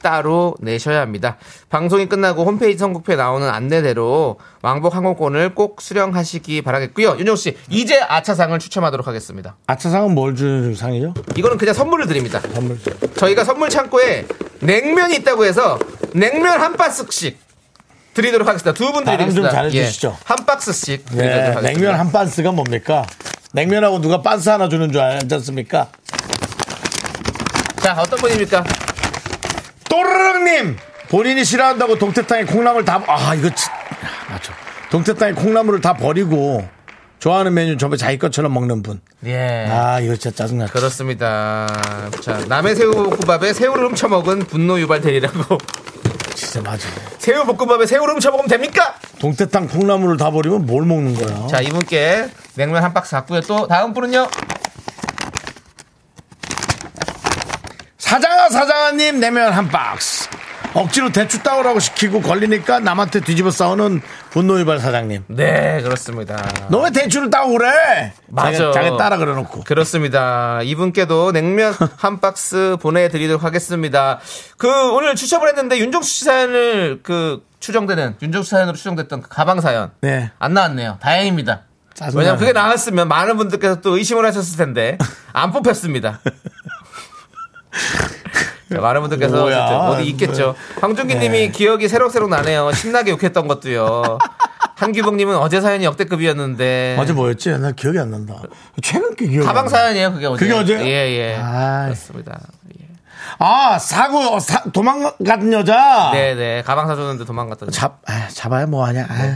따로 내셔야 합니다. 방송이 끝나고 홈페이지 선곡표에 나오는 안내대로 왕복 항공권을 꼭 수령하시기 바라겠고요. 윤정 씨, 이제 아차상을 추첨하도록 하겠습니다.
아차상은 뭘 주는 상이죠?
이거는 그냥 선물을 드립니다.
선물
저희가 선물 창고에 냉면이 있다고 해서 냉면 한 박스씩 드리도록 하겠습니다. 두 분
나름 아, 좀
드리겠습니다.
잘해주시죠.
예, 한 박스씩 드리도록
네,
하겠습니다.
냉면 한 반스가 뭡니까? 냉면하고 누가 반스 하나 주는 줄 알지 않습니까?
자, 어떤 분입니까?
또르릉님 본인이 싫어한다고 동태탕에 콩나물 다아 이거 진- 아, 맞죠 동태탕에 콩나물을 다 버리고 좋아하는 메뉴 전부 자기 것처럼 먹는 분
예.
아 이거 진짜 짜증나.
그렇습니다. 자, 남의 새우볶음밥에 새우를 훔쳐먹은 분노 유발 대리라고.
진짜 맞아.
새우볶음밥에 새우를 훔쳐먹으면 됩니까?
동태탕 콩나물을 다 버리면 뭘 먹는 거야?
자, 이분께 냉면 한 박스 갖고요. 또 다음 분은요?
사장아 사장아님 내면 한 박스. 억지로 대추 따오라고 시키고 걸리니까 남한테 뒤집어 싸우는 분노유발 사장님.
네, 그렇습니다.
너 왜 대추를 따오래? 자기,
맞아.
자기 따라 그래놓고.
그렇습니다. 이분께도 냉면 한 박스 보내드리도록 하겠습니다. 그 오늘 추첨을 했는데 윤종수 씨 사연을 그 추정되는 윤종수 사연으로 추정됐던 그 가방 사연
네.
안 나왔네요. 다행입니다.
짜증나네.
왜냐면 그게 나왔으면 많은 분들께서 또 의심을 하셨을 텐데 안 뽑혔습니다. 많은 분들께서
뭐야. 네.
어쨌든 어디 있겠죠. 황준기님이 기억이 새록새록 나네요. 신나게 욕했던 것도요. 한규봉님은 어제 사연이 역대급이었는데.
어제 뭐였지? 나 기억이 안 난다. 최근 게 기억이
네. 가방
안 나.
사연이에요, 그게 어제.
그게 어제요?
예, 예.
아.
그렇습니다. 예.
아 사고 어, 사, 도망간 여자.
네, 네. 가방 사줬는데 도망갔던.
잡 아, 잡아야 뭐하냐. 아유.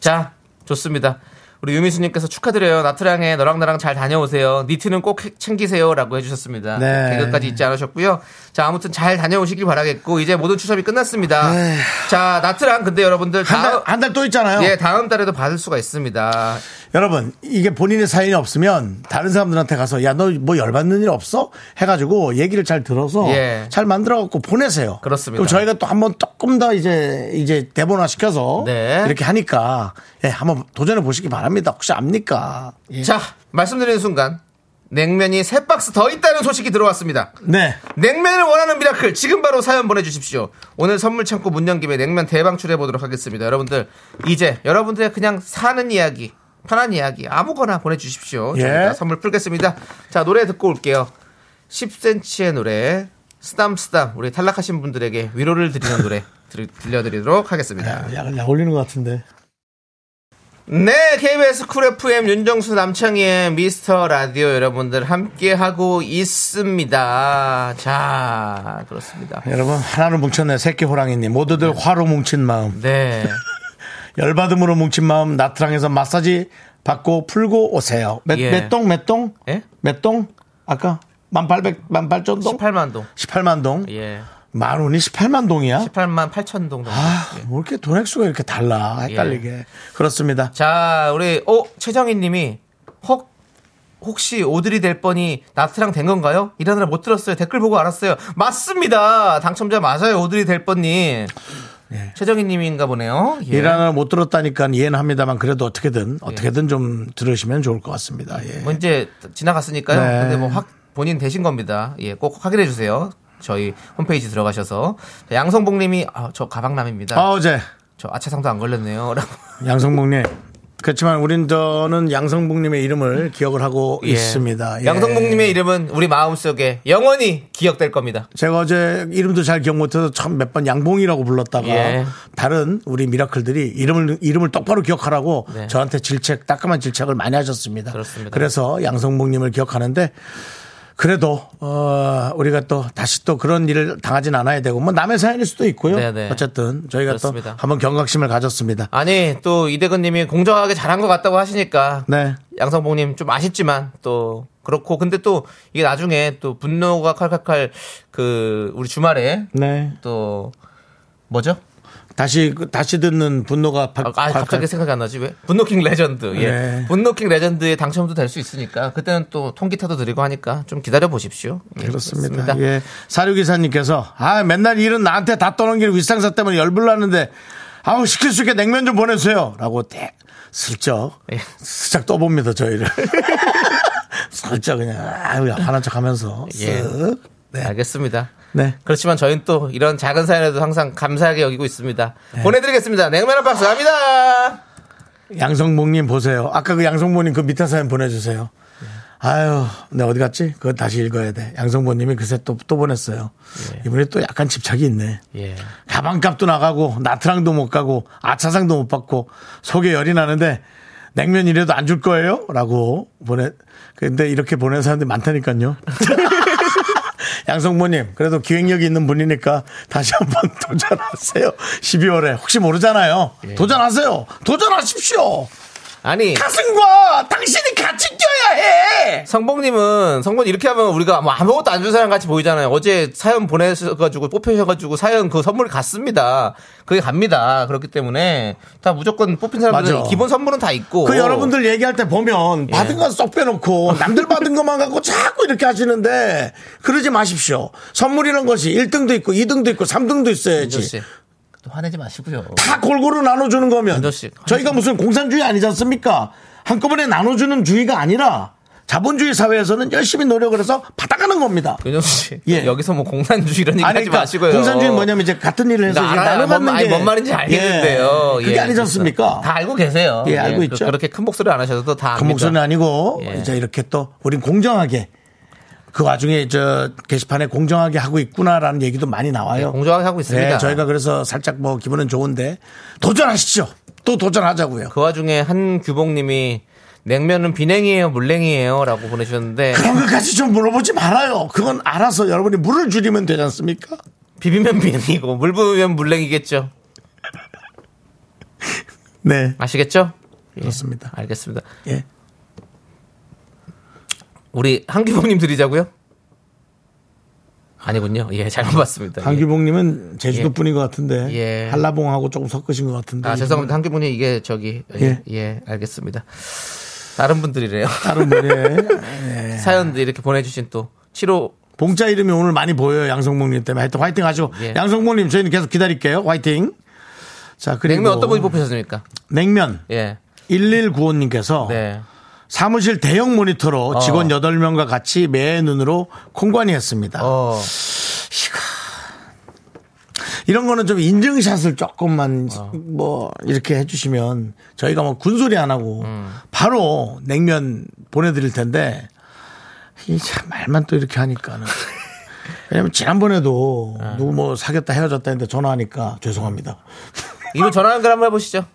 자, 좋습니다. 우리 유미수님께서 축하드려요. 나트랑에 너랑 나랑 잘 다녀오세요. 니트는 꼭 챙기세요라고 해주셨습니다.
네.
개그까지 잊지 않으셨고요. 자, 아무튼 잘 다녀오시길 바라겠고 이제 모든 추첨이 끝났습니다.
네.
자, 나트랑 근데 여러분들
한 달
다음
한 달 또 있잖아요.
예 다음 달에도 받을 수가 있습니다.
여러분 이게 본인의 사연이 없으면 다른 사람들한테 가서 야 너 뭐 열받는 일 없어? 해가지고 얘기를 잘 들어서
예.
잘 만들어갖고 보내세요.
그렇습니다.
그럼 저희가 또 한번 조금 더 이제 이제 대본화 시켜서
네.
이렇게 하니까 예, 한번 도전해 보시기 바랍니다. 혹시 압니까? 예.
자, 말씀드리는 순간 냉면이 세 박스 더 있다는 소식이 들어왔습니다.
네.
냉면을 원하는 미라클 지금 바로 사연 보내주십시오 오늘 선물 창고 문 연 김에 냉면 대방출해 보도록 하겠습니다 여러분들 이제 여러분들의 그냥 사는 이야기 편한 이야기 아무거나 보내주십시오
예.
저희가 선물 풀겠습니다 자 노래 듣고 올게요 10cm의 노래 쓰담쓰담 우리 탈락하신 분들에게 위로를 드리는 노래 들- 들려드리도록 하겠습니다
약간 약 올리는 것 같은데.
네, KBS 쿨 FM 윤정수 남창희의 미스터 라디오 여러분들 함께하고 있습니다. 자, 그렇습니다.
여러분 하나로 뭉쳤네 새끼 호랑이님 모두들 화로 뭉친 마음
네.
열받음으로 뭉친 마음 나트랑에서 마사지 받고 풀고 오세요
예.
몇몇동몇동
예?
몇 동? 아까 1800, 18,000동?
18만 동.
18만 동?
예.
만 원이 18만 동이야?
18만 8천 동 정도.
아,
예.
뭐 이렇게 돈 액수가 이렇게 달라. 헷갈리게. 그렇습니다.
자, 우리 어, 최정희 님이 혹 혹시 오드리 될 뻔이 나트랑 된 건가요? 이러느라 못 들었어요. 댓글 보고 알았어요. 맞습니다. 당첨자 맞아요. 오드리 될 뻔님. 최정희 님인가 보네요. 예.
네. 이란을 못 들었다니까 이해는 합니다만 그래도 어떻게든, 어떻게든 좀 들으시면 좋을 것 같습니다. 예.
뭐 이제 지나갔으니까요.
네.
근데 뭐 확 본인 되신 겁니다. 예, 꼭 확인해 주세요. 저희 홈페이지 들어가셔서 자, 양성복님이 아, 저 가방남입니다.
아, 어제
저 아차상도 안 걸렸네요.라고
양성복님. 그렇지만 우린 저는 양성복님의 이름을 기억을 하고 있습니다. 예.
양성복님의 이름은 우리 마음 속에 영원히 기억될 겁니다.
제가 어제 이름도 잘 기억 못해서 참 몇 번 양봉이라고 불렀다가
예.
다른 우리 미라클들이 이름을 이름을 똑바로 기억하라고
네.
저한테 질책 따끔한 질책을 많이 하셨습니다.
그렇습니다.
그래서 양성봉님을 기억하는데 그래도 어, 우리가 또 다시 또 그런 일을 당하진 않아야 되고 뭐 남의 사연일 수도 있고요.
네, 네.
어쨌든 저희가
그렇습니다.
또 한번 경각심을 가졌습니다.
아니 또 이대근님이 공정하게 잘한 것 같다고 하시니까
네.
양성복님 좀 아쉽지만 또 그렇고 근데 또 이게 나중에 또 분노가 칼칼칼 그 우리 주말에
네.
또 뭐죠?
다시 그- 다시 듣는 분노가 팍-
아, 아, 갑자기
팍-
생각이 안 나지 왜? 분노킹 레전드. 예.
네.
분노킹 레전드에 당첨도 될 수 있으니까 그때는 또 통기타도 드리고 하니까 좀 기다려 보십시오. 예,
그렇습니다. 예. 사료기사님께서, 아, 맨날 일은 나한테 다 떠넘기는 윗상사 때문에 열불나는데, 아우, 시킬 수 있게 냉면 좀 보내주세요. 라고 대, 슬쩍,
예.
슬쩍 떠봅니다, 저희를. 슬쩍 그냥, 아유, 화난 척 하면서.
예.
쓱. 네.
알겠습니다.
네.
그렇지만 저희는 또 이런 작은 사연에도 항상 감사하게 여기고 있습니다.
네.
보내드리겠습니다. 냉면 한 박스 갑니다.
양성봉님 보세요. 아까 그 양성봉님 그 밑에 사연 보내주세요. 아유, 내 어디 갔지? 그거 다시 읽어야 돼. 양성봉님이 그새 또, 또 보냈어요. 이번에 또 약간 집착이 있네.
예.
가방값도 나가고 나트랑도 못 가고 아차상도 못 받고 속에 열이 나는데 냉면이라도 안 줄 거예요? 라고 보내 근데 이렇게 보낸 사람들이 많다니까요 양성모님 그래도 기획력이 있는 분이니까 다시 한번 도전하세요 12월에 혹시 모르잖아요 도전하세요 도전하십시오
아니
가슴과 당신이 같이 뛰어야 해
성봉님은 성봉 이렇게 하면 우리가 뭐 아무것도 안 준 사람 같이 보이잖아요. 어제 사연 보내셔가지고 뽑히셔가지고 사연 그 선물 갔습니다. 그게 갑니다. 그렇기 때문에 다 무조건 뽑힌 사람들은
맞아.
기본 선물은 다 있고.
그 여러분들 얘기할 때
예.
보면 받은 건 쏙 빼놓고 남들 받은 것만 갖고 자꾸 이렇게 하시는데 그러지 마십시오. 선물이란 것이 1등도 있고 2등도 있고 3등도
윤정
있어야지.
씨. 또 화내지 마시고요.
다 골고루 나눠주는 거면
윤정씨, 한
저희가 무슨 공산주의 아니지 않습니까? 한꺼번에 나눠주는 주의가 아니라 자본주의 사회에서는 열심히 노력을 해서 받아가는 겁니다.
윤정수 씨.
예.
여기서 뭐 공산주의 이런 얘기 하지
그러니까
마시고요.
공산주의는 뭐냐면 이제 같은 일을 해서
나
이제
알아요.
나눠받는
뭔, 아니,
게-
뭔 말인지 알겠는데요.
예. 그게 아니지 않습니까?
다 알고 계세요.
예, 알고 있죠.
그, 렇게큰 목소리 안 하셔도 다
그
압니다.
목소리는 아니고
예.
이제 이렇게 또 우린 공정하게 그 와중에 저 게시판에 공정하게 하고 있구나라는 얘기도 많이 나와요.
공정하게 하고 있습니다.
네, 저희가 그래서 살짝 뭐 기분은 좋은데 도전하시죠. 또 도전하자고요.
그 와중에 한 규봉님이 냉면은 비냉이에요, 물냉이에요라고 보내주셨는데
그런 것까지 좀 물어보지 말아요. 그건 알아서 여러분이 물을 줄이면 되지 않습니까?
비비면 비냉이고 물 부으면 물냉이겠죠.
네.
아시겠죠?
그렇습니다.
알겠습니다.
예.
우리 한규봉님 드리자고요? 아니군요. 예, 잘못 봤습니다. 예.
강규봉님은 제주도 분인 것 같은데
예.
한라봉하고 조금 섞으신 것 같은데.
아 죄송합니다. 한규봉님 이게 저기 예, 예, 알겠습니다. 다른 분들이래요.
다른 분의
예. 사연도 이렇게 보내주신 또 7호
봉자 이름이 오늘 많이 보여요 양성봉님 때문에 하여튼 화이팅 하죠.
예.
양성봉님 저희는 계속 기다릴게요. 화이팅. 자 그리고
냉면 어떤 분이 뽑히셨습니까?
냉면
예,
1195님께서
네.
사무실 대형 모니터로 직원 8명과 같이 매의 눈으로 콩관이 했습니다.
어,
이런 거는 좀 인증샷을 조금만
아.
뭐 이렇게 해주시면 저희가 뭐 군소리 안 하고
음.
바로 냉면 보내드릴 텐데 이 참 말만 또 이렇게 하니까는 왜냐면 지난번에도
네.
누구 뭐 사귀었다 헤어졌다 했는데 전화하니까 죄송합니다.
이분 전화 연결 한번 해보시죠.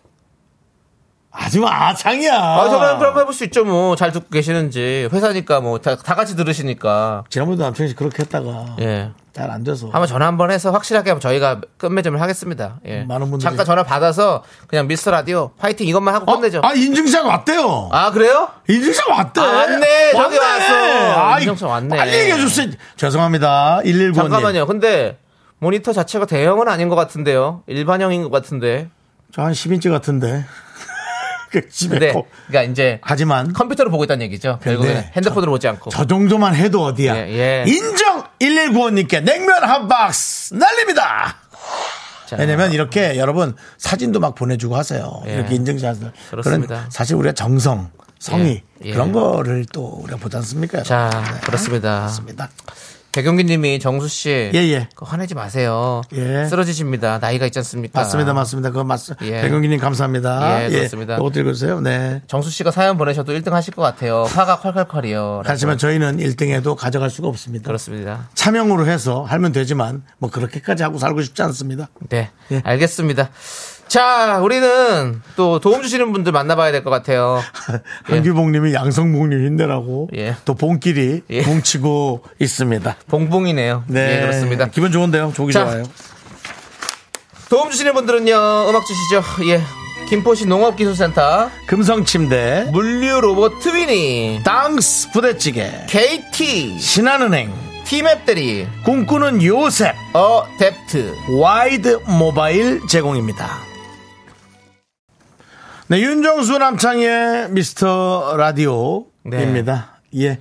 하지마 창이야.
아, 전화 연결 한번 해볼 수 있죠. 뭐 잘 듣고 계시는지 회사니까 뭐 다 같이 들으시니까
지난번에도 남편이 그렇게 했다가
예.
잘 안 돼서
한번 전화 한번 해서 확실하게 한번 저희가 끝맺음을 하겠습니다. 예.
많은 분들이-
잠깐 전화 받아서 그냥 미스터 라디오 화이팅 이것만 하고
어?
끝내죠.
아 인증샷 왔대요.
아 그래요?
인증샷 왔대.
아, 왔네. 저기 왔어.
아이,
인증샷 왔네.
빨리 얘기해 주세요. 죄송합니다. 119님.
잠깐만요. 근데 모니터 자체가 대형은 아닌 것 같은데요. 일반형인 것 같은데.
저 한 10인치 같은데. 그 집에
근데
꼭.
그러니까 이제
하지만
컴퓨터로 보고 있다는 얘기죠. 결국은
근데
핸드폰으로 보지 않고.
네. 저 정도만 해도 어디야.
예, 예.
인정 1195님께 냉면 한 박스 날립니다.
자,
왜냐면 이렇게 여러분 사진도 막 보내주고 하세요.
예.
이렇게 인증샷을.
그렇습니다.
그런 사실 우리가 정성, 성의
예, 예.
그런 거를 또 우리가 보지 않습니까?
자,
여러분? 네,
그렇습니다.
그렇습니다.
백용기님이 정수 씨,
예, 예.
그거 화내지 마세요.
예.
쓰러지십니다. 나이가 있지 않습니까?
맞습니다, 맞습니다. 그건 맞습니다.
예.
백용기님 감사합니다.
예, 그렇습니다.
이것도 읽어주세요. 네.
정수 씨가 사연 보내셔도 1등 하실 것 같아요. 화가 콸콸콸이요.
하지만 저희는 1등에도 가져갈 수가 없습니다.
그렇습니다.
차명으로 해서 하면 되지만 뭐 그렇게까지 하고 살고 싶지 않습니다.
네, 알겠습니다. 자, 우리는 또 도움 주시는 분들 만나봐야 될 것 같아요.
한규봉님이 양성봉님 힘내라고
예.
또 봉끼리
예.
뭉치고 있습니다.
봉봉이네요.
네
예, 그렇습니다.
기분 좋은데요. 조기
자.
좋아요.
도움 주시는 분들은요, 음악 주시죠. 예. 김포시 농업기술센터,
금성침대,
물류 로봇 트위니,
땅스 부대찌개,
KT,
신한은행,
티맵 대리,
꿈꾸는 요셉,
어댑트.
와이드 모바일 제공입니다. 네, 윤정수 남창의 미스터 라디오입니다. 예.
네.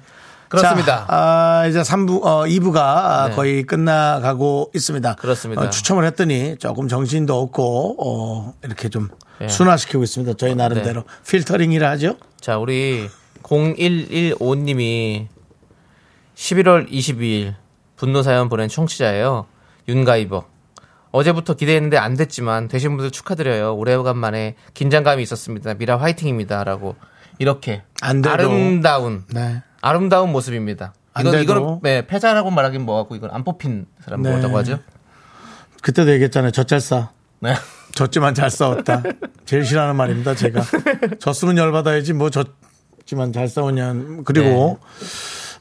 그렇습니다.
자,
네.
아, 이제 3부, 어, 2부가 거의 끝나가고 있습니다.
그렇습니다.
어, 추첨을 했더니 조금 정신도 없고, 어, 이렇게 좀
예.
순화시키고 있습니다.
어,
저희
네.
나름대로. 필터링이라 하죠?
자, 우리 0115님이 11월 22일 분노 사연 보낸 청취자예요. 윤가이버. 어제부터 기대했는데 안 됐지만 되신 분들 축하드려요. 오래간만에 긴장감이 있었습니다. 미라 화이팅입니다라고 이렇게
안 돼도.
아름다운
네.
아름다운 모습입니다.
안
이건
돼도.
이거는 네, 패자라고 말하긴 뭐하고 이건 안 뽑힌 사람
네.
뭐라고 하죠?
그때도 얘기했잖아요. 젖잘 싸.
네.
졌지만 잘 싸웠다. 제일 싫어하는 말입니다, 제가. 졌으면 열받아야지, 뭐 졌지만 잘 싸우냐. 그리고,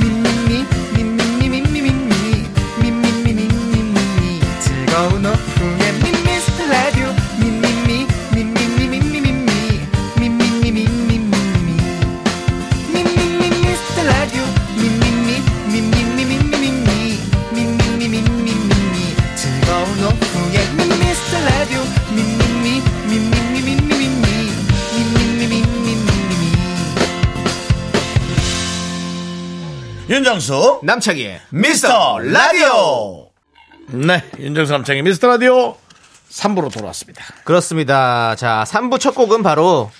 미미미 미미미 미미미 미미미 미미미 즐거운 오후에 미스터 라디오 미미미 미미미 미미미 미미미 미미미 미미미 미스터 라디오 미미미 미미미 미미미 미미미 미미미 즐거운 오후에 미스터 라디오 미미미 미미미 미미미 미미미 미미미
윤정수.
예. 남창희의
미스터 라디오. 네, 윤정수 남창의 미스터 라디오 3부로 돌아왔습니다.
그렇습니다. 자, 3부 첫 곡은 바로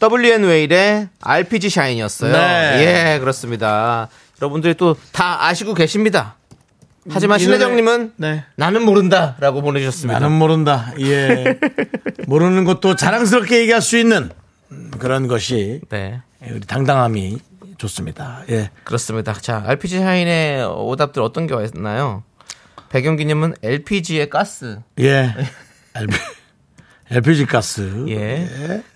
WN 웨일의 RPG 샤인이었어요.
네.
예, 그렇습니다. 여러분들이 또 다 아시고 계십니다. 하지만
이 노래-
신혜정님은
네.
나는 모른다라고 보내주셨습니다.
나는 모른다. 예. 모르는 것도 자랑스럽게 얘기할 수 있는 그런 것이
네,
우리 당당함이 좋습니다. 예.
그렇습니다. 자, RPG 샤인의 오답들 어떤 게 왔나요? 백영기님은 LPG의 가스.
예. LP, LPG 가스.
예.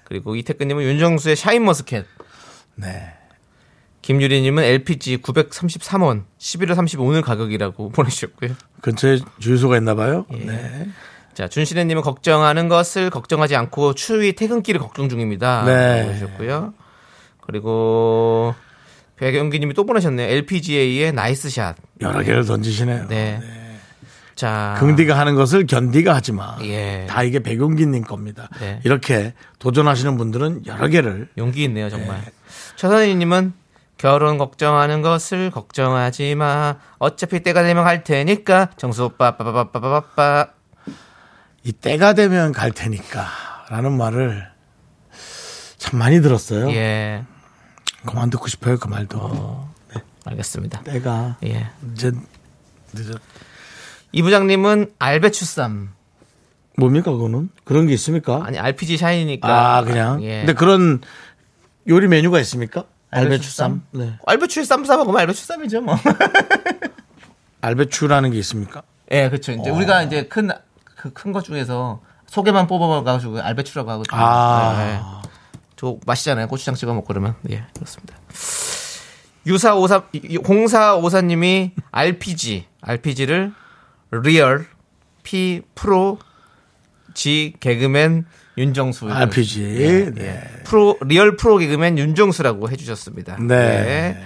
그리고 이태근님은 윤정수의 샤인 머스켓.
네.
김유리님은 LPG 933원 11월 30일 오늘 가격이라고 보내주셨고요.
근처에 주유소가 있나 봐요. 네.
자, 준신혜님은 걱정하는 것을 걱정하지 않고 추위 퇴근길을 걱정 중입니다.
네.
보셨고요. 그리고 배경기님이 또 보내셨네요. LPGA의 나이스샷.
여러 개를 아, 던지시네요.
네. 자,
긍디가 하는 것을 견디가 하지 마.
예.
다 이게 백용기님 겁니다.
네.
이렇게 도전하시는 분들은 여러 개를
용기 있네요, 정말. 최선희님은 결혼 걱정하는 것을 걱정하지 마. 어차피 때가 되면 갈 테니까 정수 오빠 빠빠빠빠빠빠.
이 때가 되면 갈 테니까 라는 말을 참 많이 들었어요.
예,
그만 듣고 싶어요, 그 말도.
알겠습니다.
네. 때가
예.
이제 늦었.
이 부장님은 알배추쌈
뭡니까, 그거는? 그런 게 있습니까?
아니 RPG 샤이니까
아, 그냥.
예.
근데 그런 요리 메뉴가 있습니까? 알배추쌈?
알배추쌈?
네.
알배추 쌈 싸먹으면 알배추 쌈이죠 뭐.
알배추라는 게 있습니까?
예, 그렇죠. 이제 우리가 이제 큰그 큰 것 중에서 소개만 뽑아가지고 알배추라고 하고.
아.
저 맛있잖아요. 고추장 찍어 먹고 그러면 예 그렇습니다. 유사 오사 공사 오사님이 RPG RPG를 리얼 P 프로 G 개그맨 윤정수
RPG.
네. 예,
네.
프로 리얼 프로 개그맨 윤정수라고 해주셨습니다.
네.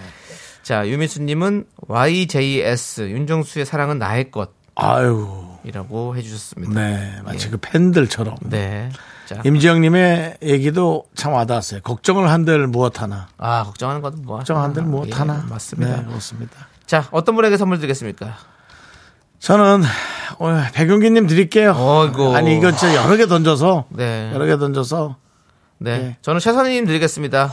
자 유미수님은 YJS 윤정수의 사랑은 나의
아유.
것이라고 해주셨습니다.
네. 예. 마치 그 팬들처럼.
네. 자,
임지영님의 얘기도 참 와닿았어요. 걱정을 한들 무엇 하나.
아 걱정하는 것도 뭐
걱정 한들 무엇
예,
하나.
맞습니다.
네, 그렇습니다.
자 어떤 분에게 선물 드리겠습니까?
저는 오늘 백용기님 드릴게요.
어이구.
아니 이거 진짜 여러 개 던져서
네.
여러 개 던져서
네.
네.
저는 최선희님 드리겠습니다.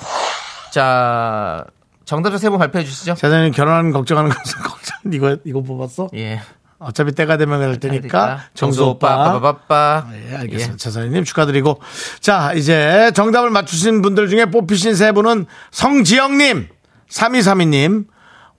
자, 정답자 세 분 발표해 주시죠.
사장님 결혼 걱정하는 것은 걱정 이거 이거 뽑았어?
예.
어차피 때가 되면 갈 테니까 그러니까 정수 오빠.
빠빠빠빠.
예, 알겠습니다. 최선희님 축하드리고. 자, 이제 정답을 맞추신 분들 중에 뽑히신 세 분은 성지영님, 3232님,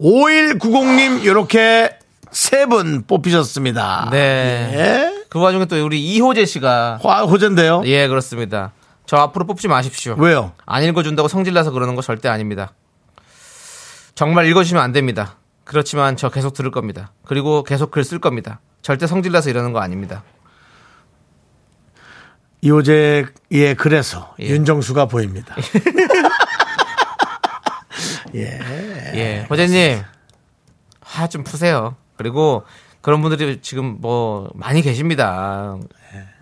5190님, 요렇게 세 분 뽑히셨습니다.
네.
예.
그 와중에 또 우리 이호재 씨가
화, 호젠데요.
예, 그렇습니다. 저 앞으로 뽑지 마십시오.
왜요?
안 읽어준다고 성질나서 그러는 거 절대 아닙니다. 정말 읽어주시면 안 됩니다. 그렇지만 저 계속 들을 겁니다. 그리고 계속 글 쓸 겁니다. 절대 성질나서 이러는 거 아닙니다.
이호재의 그래서
예.
윤정수가 보입니다.
예, 호재님, 화 좀 푸세요. 그리고 그런 분들이 지금 뭐 많이 예, 계십니다.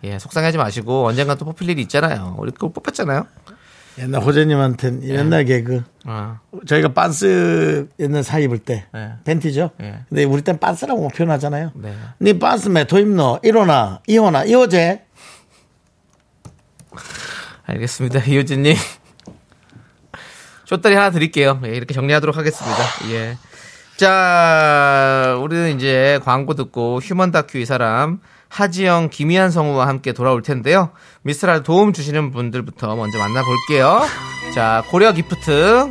예, 속상해하지 마시고 언젠간 또 뽑힐 일이 있잖아요. 우리 그거 뽑혔잖아요.
옛날 호재님한텐 옛날 개그.
아,
저희가 반스 옛날 사 입을 때
네.
팬티죠.
네.
근데 우리 땐 반스라고 뭐 표현하잖아요.
네.
예. 네 반스 메토 입노 일어나 이혼아 이호재
알겠습니다. 이효진님. 쪼다리 하나 드릴게요. 예, 이렇게 정리하도록 하겠습니다. 예. 자, 우리는 이제 광고 듣고 휴먼 다큐 이 사람, 하지영, 김희한 성우와 함께 돌아올 텐데요. 미스라를 도움 주시는 분들부터 먼저 만나볼게요. 자, 고려 기프트,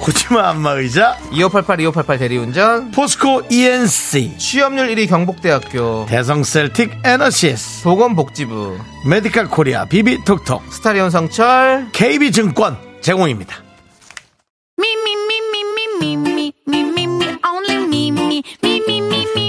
고치마 안마 의자
2588, 2588 대리운전,
포스코 ENC
취업률 1위 경북대학교,
대성 셀틱 에너시스
보건복지부,
메디컬 코리아 비비톡톡
스타리온 성철,
KB증권 제공입니다.
Me, me, me, me, me, me, me, me, me, me, only me, me, me, me, me, me.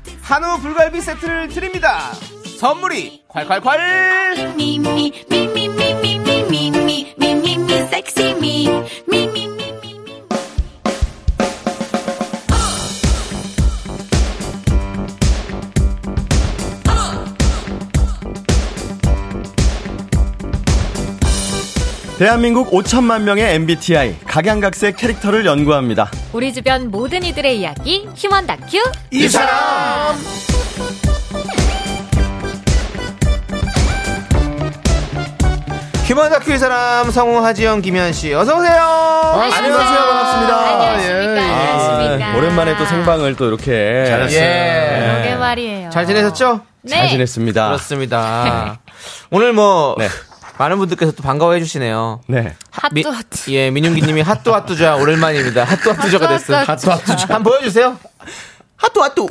한우 불갈비 세트를 드립니다 선물이 콸콸콸
Me, me, me, me, me, me, me, me, me, me, me, me, sexy me. Me, me, me, me, me.
대한민국 5천만 명의 MBTI 각양각색 캐릭터를 연구합니다.
우리 주변 모든 이들의 이야기 휴먼 다큐
이 사람
휴먼 다큐의 사람 성우 하지영 김현 씨 어서 오세요.
안녕하세요. 반갑습니다. 예.
안녕하십니까 안녕하십니까
아, 오랜만에 또 생방을 또 이렇게
잘했어요.
예.
그게 말이에요
잘 지내셨죠?
네.
잘 지냈습니다.
그렇습니다. 오늘 뭐
네.
많은 분들께서 또 반가워해 주시네요.
네.
미-
핫뚜핫뚜.
예, 민윤기 님이 핫뚜 핫뚜자 오랜만입니다. 핫뚜 핫뚜자가 됐어요.
핫뚜
한번 보여 주세요. 핫뚜 핫뚜.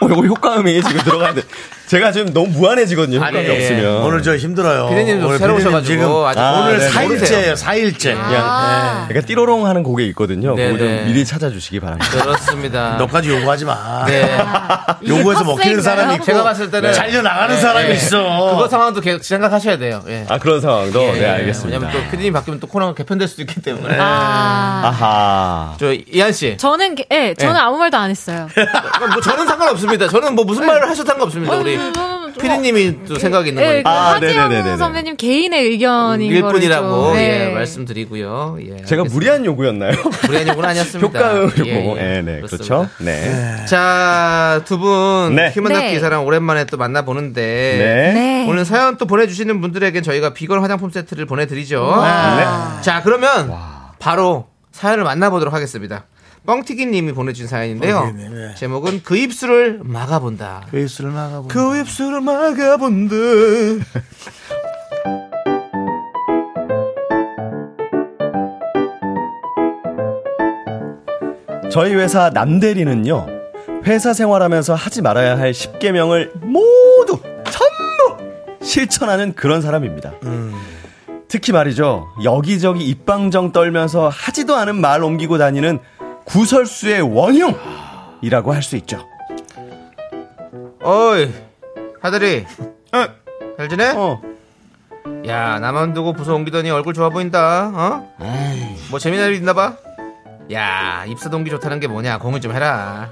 어, 이거 효과음이 지금 들어가는데 제가 지금 너무 무한해지거든요. 효과음이
아니, 예.
없으면.
오늘 저 힘들어요.
피디님도
오늘
새로
피디님
오셔가지고 아직
아,
오늘
네,
사 4일째예요.
모르세요.
4일째.
아.
그냥 약간 띠로롱 하는 곡이 있거든요.
네,
그거
네.
좀 미리 찾아주시기 바랍니다.
그렇습니다.
너까지 요구하지 마.
네.
요구해서 먹히는 사람이 있고 네.
제가 봤을 때는
뭐 잘려 나가는 사람이
예.
있어.
그거 상황도 계속 생각하셔야 돼요. 예.
아 그런 상황도 네 알겠습니다.
왜냐면 또 피디님 바뀌면 또 코너가 개편될 수도 있기 때문에.
아,
아하.
저 이한 씨.
저는 게- 예, 저는
예.
아무 말도 안 했어요. 네.
아, 뭐 저는 상관없습니다. 저는 뭐 무슨 말을 하셔도 상관없습니다. 우리 피디님이 또 생각이 있는
예, 그
거니까.
아, 네네네네네.
하지영 선배님 개인의 의견인
일
거를
뿐이라고
좀,
예,
예.
말씀드리고요. 예,
제가
알겠습니다.
무리한 요구였나요?
무리한 요구는 아니었습니다.
효과음 요구.
예,
예,
예.
네. 그렇죠.
그렇습니다.
네.
자, 두 분
네.
휴먼 다큐
네.
사람 오랜만에 또 만나
네.
보는데
네.
오늘 사연 또 보내주시는 분들에게 저희가 비건 화장품 세트를 보내드리죠. 네.
와.
자, 그러면 바로 사연을 만나보도록 하겠습니다. 뻥튀기님이 보내준 사연인데요.
뻥튀기님, 예.
제목은 그 입술을 막아본다.
그 입술을 막아보.
그 입술을 막아본다.
저희 회사 남대리는요. 회사 생활하면서 하지 말아야 할 10개명을 모두 전부 실천하는 그런 사람입니다. 특히 말이죠. 여기저기 입방정 떨면서 하지도 않은 말 옮기고 다니는 구설수의 원흉이라고 할 수 있죠.
어이, 하들이.
어.
잘 지내?
어.
야, 나만 두고 부서 옮기더니 얼굴 좋아 보인다. 어? 뭐 재미난 일 있나 봐? 야, 입사 동기 좋다는 게 뭐냐? 공유 좀 해라.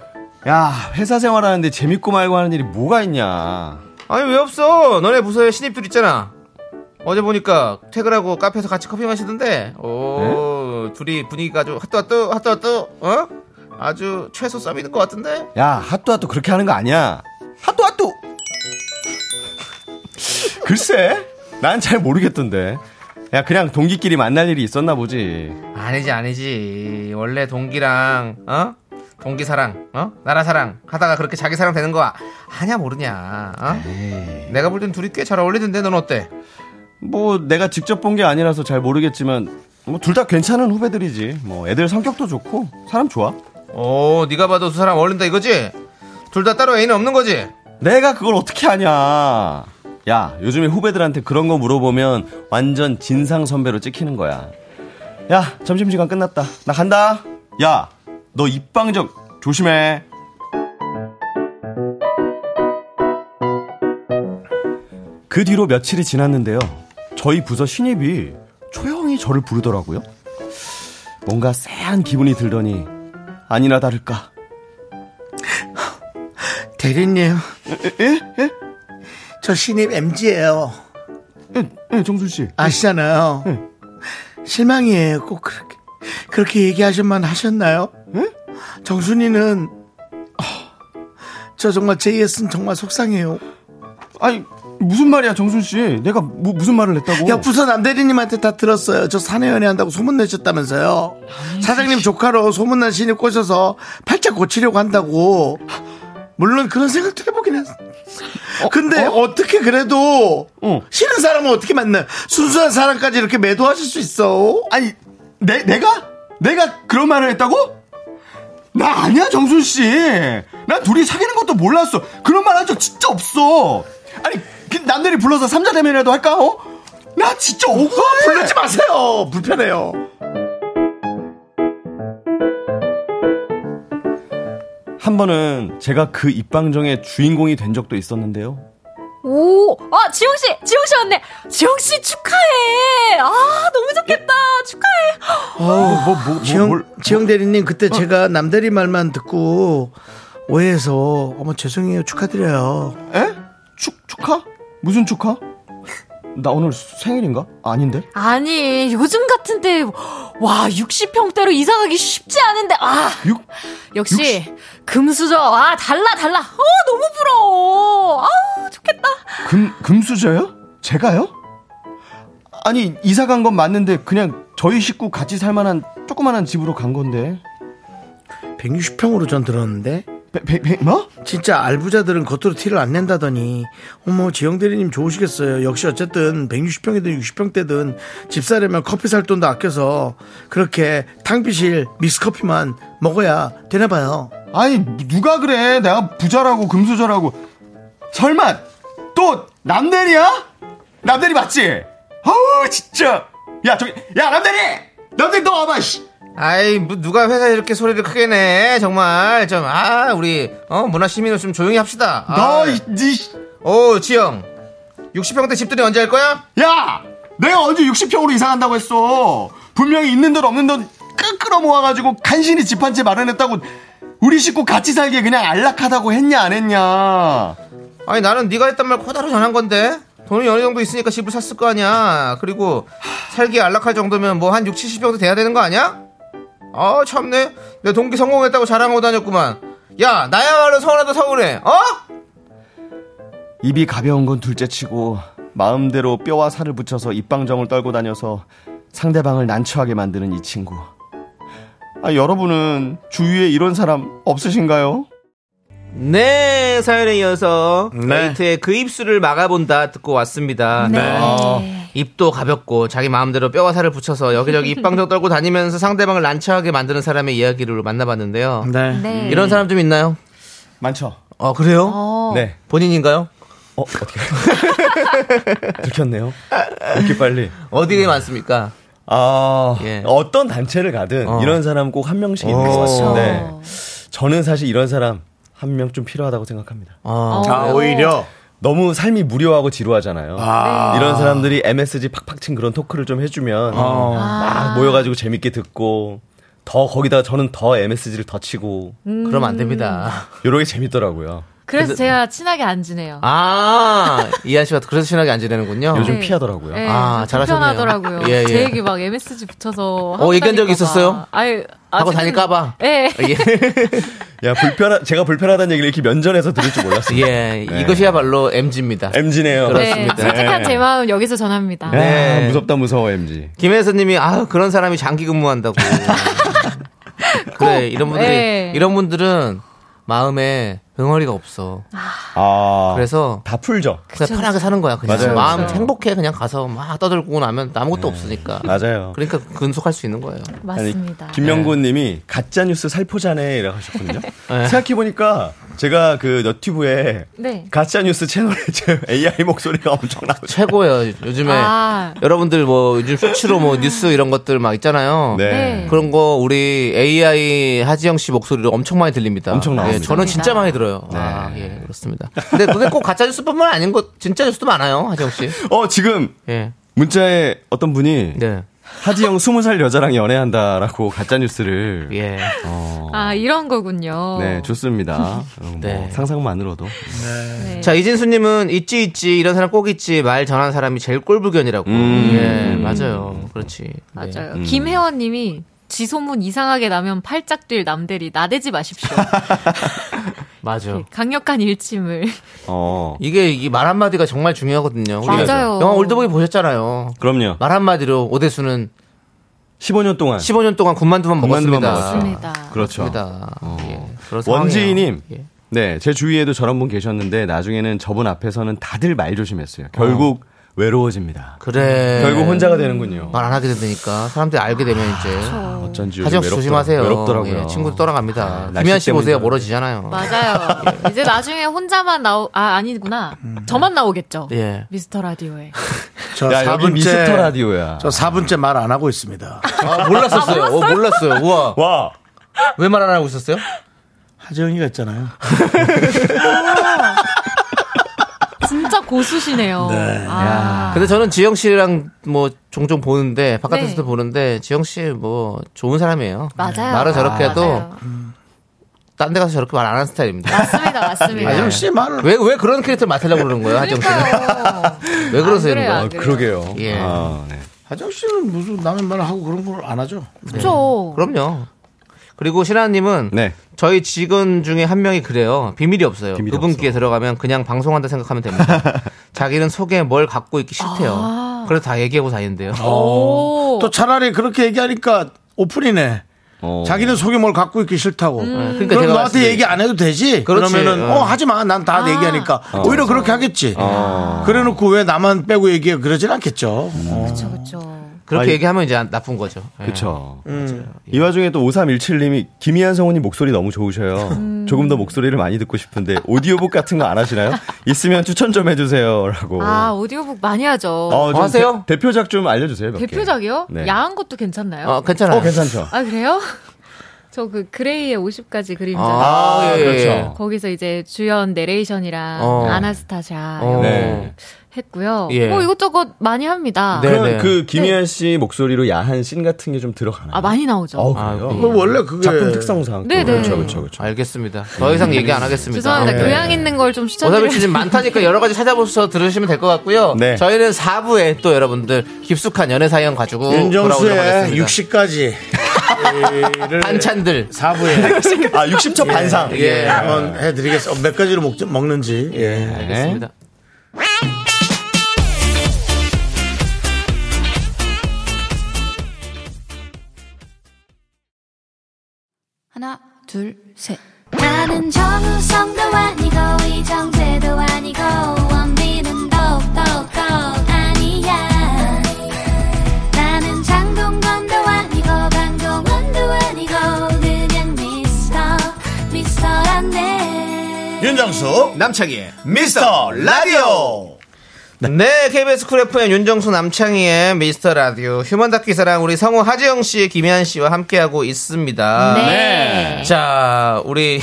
야, 회사 생활하는데 재밌고 말고 하는 일이 뭐가 있냐.
아니, 왜 없어? 너네 부서에 신입들 있잖아. 어제 보니까 퇴근하고 카페에서 같이 커피 마시던데. 오, 둘이 분위기가 아주 핫도핫도, 핫도핫도, 어? 아주 최소 썸이는 것 같은데?
야, 핫도핫도 그렇게 하는 거 아니야. 핫도핫도! 글쎄, 난 잘 모르겠던데. 야 그냥 동기끼리 만날 일이 있었나 보지.
아니지 아니지 원래 동기랑 어 동기 사랑 어 나라 사랑 하다가 그렇게 자기 사랑 되는 거 아- 아냐 모르냐 어 내가 볼 땐 둘이 꽤 잘 어울리던데 넌 어때
뭐 내가 직접 본 게 아니라서 잘 모르겠지만 뭐 둘 다 괜찮은 후배들이지. 뭐 애들 성격도 좋고 사람 좋아.
오 네가 봐도 두 사람 어울린다 이거지 둘 다 따로 애인 없는 거지
내가 그걸 어떻게 아냐? 야, 요즘에 후배들한테 그런 거 물어보면 완전 진상 선배로 찍히는 거야. 야, 점심시간 끝났다. 나 간다. 야, 너 입방정 조심해. 그 뒤로 며칠이 지났는데요. 저희 부서 신입이 조용히 저를 부르더라고요. 뭔가 쎄한 기분이 들더니 아니나 다를까
대리님. 저 신입 MG예요.
예, 정순 씨.
아시잖아요. 실망이에요. 꼭 그렇게 그렇게 얘기하실만 하셨나요? 정순이는 아, 저 정말 JS는 정말 속상해요.
아니 무슨 말이야 정순 씨? 내가 무, 무슨 말을 했다고?
야 부서 남대리님한테 다 들었어요. 저 사내 연애한다고 소문내셨다면서요. 사장님 조카로 소문난 신입 꼬셔서 팔자 고치려고 한다고. 물론 그런 생각도 해보긴 했어. 근데 어? 떻게 그래도
어.
싫은 사람은 어떻게 만나? 순수한 사람까지 이렇게 매도하실 수 있어?
아니 내 내가 내가 그런 말을 했다고? 나 아니야 정순 씨. 난 둘이 사귀는 것도 몰랐어. 그런 말 한 적 진짜 없어. 아니 그 남들이 불러서 삼자 대면이라도 할까? 어? 나 진짜 억울해.
불러지 마세요. 불편해요.
한 번은 제가 그 입방정의 주인공이 된 적도 있었는데요.
오, 아 지영 씨, 지영 씨 왔네. 지영 씨 축하해. 아 너무 좋겠다. 축하해.
어뭐뭐
지영, 지영 대리님 그때 제가 남대리 말만 듣고 오해해서 어머 죄송해요 축하드려요.
에? 축 축하? 무슨 축하? 나 오늘 생일인가? 아닌데?
아니 요즘 같은데 와 60평대로 이사가기 쉽지 않은데 아
육
역시 금수저 아 달라 달라. 어 너무 부러워. 아 좋겠다.
금, 금수저요? 제가요? 아니, 이사 간 건 맞는데, 그냥 저희 식구 같이 살만한 조그만한 집으로 간 건데.
160평으로 전 들었는데
배, 배, 배, 뭐?
진짜 알부자들은 겉으로 티를 안 낸다더니 어머 지영 대리님 좋으시겠어요. 역시 어쨌든 160평이든 60평대든 집 사려면 커피 살 돈도 아껴서 그렇게 탕비실 믹스커피만 먹어야 되나 봐요.
아니, 누가 그래. 내가 부자라고, 금수저라고. 설마, 또, 남대리야? 남대리 맞지? 아우, 진짜. 야, 저기, 야, 남대리! 남대리, 너 와봐, 씨!
아이 뭐 누가 회사에 이렇게 소리를 크게 내 정말 좀 아 우리 어 문화 시민을 좀 조용히 합시다
너,
아.
이, 니,
오 지영 60평대 집들이 언제 할 거야
야! 내가 언제 60평으로 이사 간다고 했어? 분명히 있는 돈 없는 돈 끄끌어 모아가지고 간신히 집 한 채 마련했다고 우리 식구 같이 살게 그냥 안락하다고 했냐 안 했냐?
아니 나는 네가 했단 말 코다로 전한 건데 돈이 어느 정도 있으니까 집을 샀을 거 아니야 그리고 살기 안락할 정도면 뭐 한 6, 70평도 돼야 되는 거 아니야? 아 참네 내 동기 성공했다고 자랑하고 다녔구만 야 나야말로 서운하다 서운해 어?
입이 가벼운 건 둘째치고 마음대로 뼈와 살을 붙여서 입방정을 떨고 다녀서 상대방을 난처하게 만드는 이 친구. 아, 여러분은 주위에 이런 사람 없으신가요?
네 사연에 이어서
네.
데이트의 그 입술을 막아본다 듣고 왔습니다 어, 입도 가볍고 자기 마음대로 뼈와 살을 붙여서 여기저기 입방정 떨고 다니면서 상대방을 난처하게 만드는 사람의 이야기를 만나봤는데요
네.
네.
이런 사람 좀 있나요?
많죠.
아 그래요?
어.
네.
본인인가요?
어, 어떻게. 들켰네요. 이렇게 빨리.
어디에 많습니까?
아,
예.
어떤 어. 단체를 가든
어.
이런 사람 꼭 한 명씩 있는 것 같은데 저는 사실 이런 사람 한 명 좀 필요하다고 생각합니다.
어.
아 오히려
너무 삶이 무료하고 지루하잖아요. 이런 사람들이 MSG 팍팍 친 그런 토크를 좀 해주면
어.
아.
막 모여가지고 재밌게 듣고 더 거기다가 저는 더 MSG를 더 치고
그럼 안 됩니다.
음. 요런 게 재밌더라고요.
그래서 제가 친하게 안 지내요.
아, 이한 씨가 그래서 친하게 안 지내는군요.
요즘
네.
피하더라고요.
예,
아,
좀
잘하셨네요.
불편하더라고요.
예, 예.
제 얘기 막 MSG 붙여서. 하고
얘기한 적이
다닐까봐.
있었어요?
아유,
하고
아직은-
다닐까봐.
예.
예.
야, 불편하, 제가 불편하다는 얘기를 이렇게 면전에서 들을 줄 몰랐어요.
예, 이것이야말로 MG입니다.
MG네요.
네,
그렇습니다. 예.
솔직한 제 마음 여기서 전합니다.
네.
아, 무섭다, 무서워, MG.
김혜선님이 아 그런 사람이 장기 근무한다고. 그래 이런 분들이
예.
이런 분들은 마음에 응어리가 없어.
아.
그래서
다 풀죠.
그냥 편하게 사는 거야. 그냥
맞아요. 네.
마음
그쵸.
행복해 그냥 가서 막 떠들고 나면 아무것도 없으니까.
맞아요.
그러니까 근속할 수 있는 거예요.
아니,
맞습니다.
네.
김명구님이 가짜 뉴스 살포자네 이라고 하셨거든요. 생각해 보니까 제가 그 너튜브에
네.
가짜 뉴스 채널에 제 AI 목소리가 엄청 나오죠.
최고예요. 요즘에
아.
여러분들 뭐 요즘 수치로 뭐 뉴스 이런 것들 막 있잖아요.
네.
네.
그런 거 우리 AI 하지영 씨 목소리로 엄청 많이 들립니다.
엄청 나옵니다.
예, 저는 진짜 많이 들어요. 아, 예, 그렇습니다. 근데 그게 꼭 가짜 뉴스뿐만 아닌 것 진짜 뉴스도 많아요, 하지영 씨.
어 지금
예.
문자에 어떤 분이
네.
하지영 20살 여자랑 연애한다라고 가짜 뉴스를
예. 어.
아, 이런 거군요.
네 좋습니다. 음,
네.
뭐 상상만으로도
네.
자, 이진수님은 있지, 있지, 이런 사람 꼭 있지, 말 전한 사람이 제일 꼴불견이라고. 예, 맞아요. 그렇지. 네.
맞아요. 김혜원 님이 지소문 이상하게 나면 팔짝 뛸 남들이 나대지 마십시오. 네.
맞아.
강력한 일침을.
어
이게, 이게 말 한마디가 정말 중요하거든요. 우리가
맞아요.
영화 올드보이 보셨잖아요.
그럼요.
말 한마디로 오대수는
15년 동안
15년 동안 군만두만
군만두만
먹었습니다.
먹었어요.
맞습니다.
그렇죠.
맞습니다. 예, 그런 상황이에요.
원지희님.
예.
네, 제 주위에도 저런 분 계셨는데 나중에는 저분 앞에서는 다들 말 조심했어요. 결국 외로워집니다.
그래.
결국 혼자가 되는군요. 아,
말 안 하게 된다니까. 사람들이 알게 되면 이제.
어쩐지
아, 하지영 씨
외롭더라-
조심하세요.
외롭더라고요. 아,
예, 친구도 떠나갑니다.
날씨
김현 씨
때문이다.
보세요. 멀어지잖아요.
맞아요. 이제 나중에 혼자만 나오, 아, 아니구나. 저만 나오겠죠.
예.
미스터 라디오에.
저
야, 여기
4분째
미스터 라디오야.
저 4분째 말 안 하고 있습니다.
아, 몰랐었어요. 어, 몰랐어요. 우와.
와,
왜 말 안 하고 있었어요?
하재영이가 있잖아요.
진짜 고수시네요. 아.
근데 저는 지영 씨랑 뭐 종종 보는데 바깥에서도
네.
보는데 지영 씨 뭐 좋은 사람이에요.
맞아요.
말을 저렇게
아,
해도
맞아요.
딴 데 가서 저렇게 말 안 하는 스타일입니다.
맞습니다, 맞습니다.
하재영 씨 말을
왜 왜 그런 캐릭터 맡으려고 그러는 거예요, 하정 씨는?
그러니까요.
왜 그러세요,
안 그래요,
이런 거?
안 아, 그래요.
아, 그러게요.
예.
아, 네.
하재영 씨는 무슨 남의 말 하고 그런 걸 안 하죠.
그렇죠.
네. 그럼요. 그리고 신하님은
네.
저희 직원 중에 한 명이 그래요. 비밀이 없어요.
비밀이
그분께 들어가면 그냥 방송한다 생각하면 됩니다. 자기는 속에 뭘 갖고 있기 싫대요. 그래서 다 얘기하고 다닌대요.
어, 오.
또 차라리 그렇게 얘기하니까 오픈이네.
어.
자기는 속에 뭘 갖고 있기 싫다고.
그러니까
그럼
제가
너한테
말씀드린-
얘기 안 해도 되지. 그
그렇지.
러면은
어.
어, 하지 마. 난 다 얘기하니까. 오히려 그렇게 하겠지.
아.
그래놓고 왜 나만 빼고 얘기해 그러진 않겠죠.
음.
어.
그렇죠.
그쵸, 그쵸.
그렇게
아이-
얘기하면 이제 안- 나쁜 거죠. 예.
그쵸.
음.
이 와중에 또 5317님이 김희한 성우님 목소리 너무 좋으셔요.
음.
조금 더 목소리를 많이 듣고 싶은데 오디오북 같은 거 안 하시나요? 있으면 추천 좀 해주세요라고.
아, 오디오북 많이 하죠.
어, 좀
하세요?
대, 표작좀 알려주세요. 몇 개.
대표작이요?
네.
야한 것도 괜찮나요?
어, 괜찮아요.
어, 괜찮죠.
아, 그래요? 저 그 그레이의 50가지 그림자.
아, 예, 예.
그렇죠.
거기서 이제 주연 내레이션이랑
어.
아나스타샤
어.
네.
했고요.
예.
뭐 이것저것 많이 합니다.
네.
그럼
네네.
그 김희한 씨 목소리로 야한 씬 같은 게 좀 들어가나요?
아, 많이 나오죠.
어,
아,
그래요?
예.
그럼 원래 그게
작품 특성상.
네네.
그렇죠, 그렇죠, 그렇죠.
알겠습니다. 더 이상 얘기 안 하겠습니다.
아,
죄송합니다.
네.
교양 있는 걸 좀
어차피
추천드려요.
지금 많다니까 여러 가지 찾아보셔서 들으시면 될 것 같고요.
네.
저희는 4부에 또 여러분들 깊숙한 연애 사연 가지고 돌아오도록
윤정수의
하겠습니다.
60까지를
반찬들.
4부에
아, 60초 반상.
예, 한번 해드리겠습니다. 몇 가지로 먹, 먹는지. 예.
알겠습니다.
하나, 둘, 셋.
나는 정우성도 아니고 이정재도 아니고 원빈은 더욱더 아니야 나는 장동건도 아니고 강동원도 아니고 그냥 미스터 미스터란데
윤정수, 남창희의 미스터 라디오!
네. KBS 쿨 FM 윤정수 남창희의 미스터 라디오 휴먼 다큐 사랑 우리 성우 하지영 씨, 김희한 씨와 함께하고 있습니다.
네.
자, 우리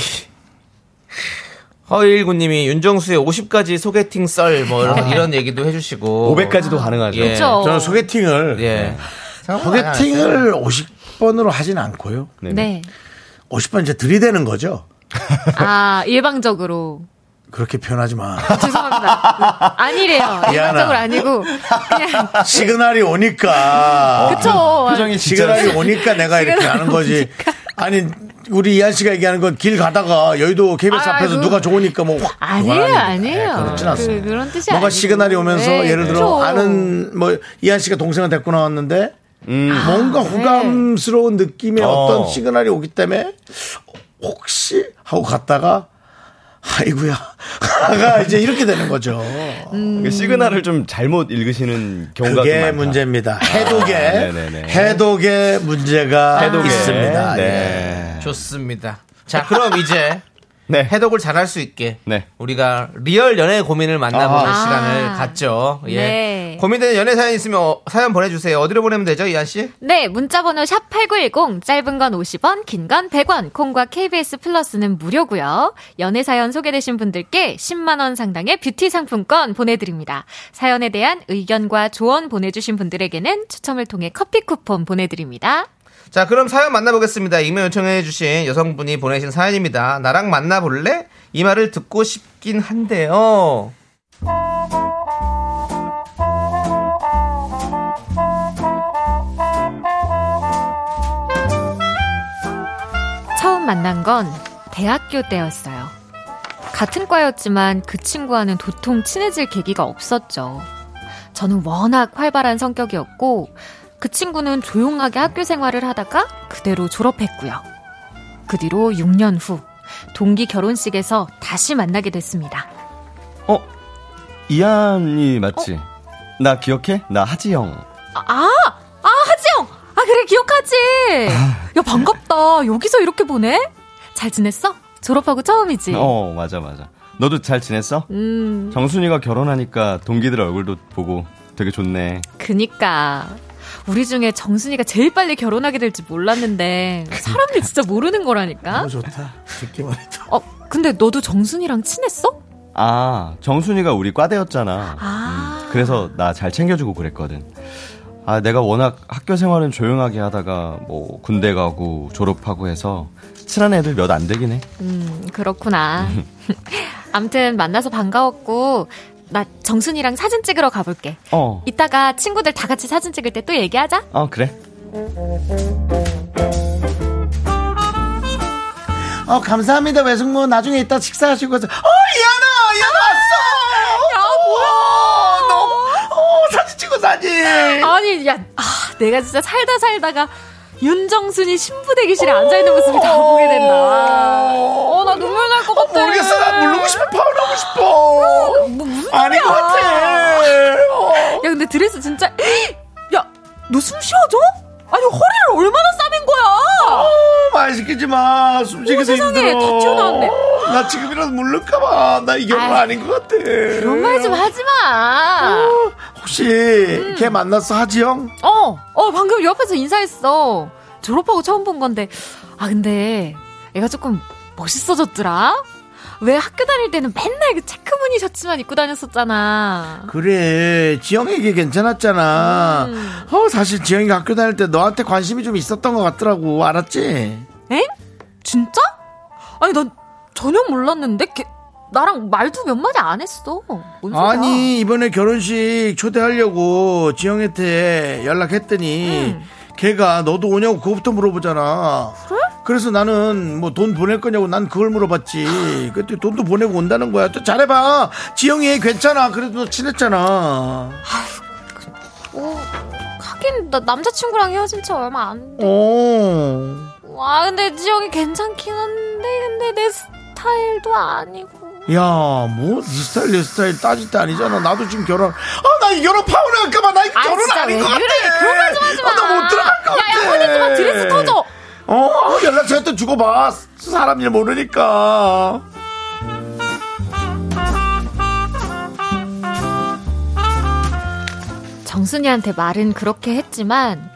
허일구님이 윤정수의 50가지 소개팅 썰 뭐 이런, 이런 얘기도 해주시고
500까지도 가능하죠.
예.
그렇죠.
저는 소개팅을,
예.
아, 소개팅을 50번으로 하진 않고요.
네.
50번 이제 들이대는 거죠.
아, 일방적으로.
그렇게 표현하지 마.
죄송합니다. 아니래요.
미안하.
일반적으로 아니고 그냥
시그널이 오니까.
그쵸.
표정이 어, 진짜
시그널이 오니까 내가 이렇게
시그널이
하는 거지. 아니, 우리 이한 씨가 얘기하는 건 길 가다가 여의도 KBS
아,
앞에서
아이고.
누가 좋으니까 뭐 확.
아니에요, 아니에요.
네, 그렇진 않습니다.
그, 런 뜻이 아니에요.
뭔가 시그널이 오면서 예를 들어
그렇죠.
아는 뭐 이한 씨가 동생을 데리고 나왔는데
아,
뭔가
네.
호감스러운 느낌의
음. 어.
어. 떤 시그널이 오기 때문에 혹시 하고 갔다가 아이구야 가 이제 이렇게 되는 거죠.
음.
그러니까 시그널을 좀 잘못 읽으시는 경우가 좀
그게
많다.
문제입니다.
아,
해독에
네네네.
해독에 문제가
해독에.
있습니다. 예.
네.
좋습니다. 자, 그럼 이제
네.
해독을 잘할 수 있게
네.
우리가 리얼 연애 고민을 만나보는
아하.
시간을
아.
갖죠. 예.
네.
고민되는 연애 사연 있으면 어, 사연 보내주세요. 어디로 보내면 되죠, 이한 씨?
네, 문자번호 샵8910, 짧은 건 50원, 긴 건 100원, 콩과 KBS 플러스는 무료고요 연애사연 소개되신 분들께 10만원 상당의 뷰티 상품권 보내드립니다. 사연에 대한 의견과 조언 보내주신 분들에게는 추첨을 통해 커피 쿠폰 보내드립니다.
자, 그럼 사연 만나보겠습니다. 익명 요청해주신 여성분이 보내신 사연입니다. 나랑 만나볼래? 이 말을 듣고 싶긴 한데요.
처음 만난 건 대학교 때였어요. 같은 과였지만 그 친구와는 도통 친해질 계기가 없었죠. 저는 워낙 활발한 성격이었고 그 친구는 조용하게 학교 생활을 하다가 그대로 졸업했고요. 그 뒤로 6년 후 동기 결혼식에서 다시 만나게 됐습니다.
어 이한이 맞지? 어? 나 기억해? 나 하지영.
아, 아 하지영, 아 그래 기억하지. 야 반갑다. 여기서 이렇게 보내? 잘 지냈어? 졸업하고 처음이지.
어 맞아 맞아. 너도 잘 지냈어?
음,
정순이가 결혼하니까 동기들 얼굴도 보고 되게 좋네.
그니까 우리 중에 정순이가 제일 빨리 결혼하게 될지 몰랐는데 사람들 진짜 모르는 거라니까.
너무 좋다. 듣기만 해도.
어, 근데 너도 정순이랑 친했어?
아 정순이가 우리 과대였잖아.
아.
음, 그래서 나 잘 챙겨주고 그랬거든. 아 내가 워낙 학교 생활은 조용하게 하다가 뭐 군대 가고 졸업하고 해서 친한 애들 몇 안 되긴 해.
음, 그렇구나. 암튼 만나서 반가웠고 나 정순이랑 사진 찍으러 가볼게.
어.
이따가 친구들 다 같이 사진 찍을 때 또 얘기하자.
어 그래.
어 감사합니다 외숙모 나중에 이따 식사하시고 가서 어 이하나 이하나 왔어. 야 뭐야 너어 사진 찍어 사진.
아니, 야, 아, 내가 진짜 살다 살다가 윤정순이 신부 대기실에 앉아 있는 모습을 다 보게 된다. 어, 나 눈물 날 것
어,
같아.
모르겠어 나
네.
모르고 싶어 파울하고 싶어.
뭐 무슨
아닌 것 같아. 어.
야 근데 드레스 진짜 야 너 숨 쉬어져? 아니 허리를 얼마나 싸맨 거야?
어, 말 시키지 마. 숨쉬기도
오, 세상에,
힘들어.
다 튀어나왔네.
어, 나 지금이라도 물를까봐. 나 이게
아이,
얼마 아닌 것 같아.
그런 말 좀 하지 마.
혹시
음.
걔 만났어 하지영?
어, 어 방금 옆에서 인사했어. 졸업하고 처음 본 건데 아 근데 애가 조금 멋있어졌더라. 왜 학교 다닐 때는 맨날 그 체크무늬 셔츠만 입고 다녔었잖아.
그래 지영에게 괜찮았잖아.
음.
어 사실 지영이가 학교 다닐 때 너한테 관심이 좀 있었던 것 같더라고. 알았지?
엥? 진짜? 아니 난 전혀 몰랐는데 걔 나랑 말도 몇 마디 안 했어. 뭔 소리야?
아니 이번에 결혼식 초대하려고 지영한테 연락했더니
음.
걔가 너도 오냐고 그거부터 물어보잖아. 그래? 서 나는 뭐 돈 보낼 거냐고 난 그걸 물어봤지. 그때 돈도 보내고 온다는 거야. 또 잘해봐. 지영이 괜찮아. 그래도 너 친했잖아.
오, 하긴 나 남자친구랑 헤어진 지 얼마 안.
어.
와 근데 지영이 괜찮긴 한데 근데 내 스타일도 아니고.
야, 뭐, 니 스타일, 내 스타일 따질 때 아니잖아. 나도 지금 결혼, 아, 나 이 결혼 파혼할까봐, 나 이거
아,
결혼
진짜
아닌
왜
것 같아.
그래? 그런 말좀 하지 마.
아, 나못 들어갈 것
야,
같아.
야, 꺼내지 마. 드레스 터져.
어, 연락처 또 주고봐. 사람 일 모르니까.
정순이한테 말은 그렇게 했지만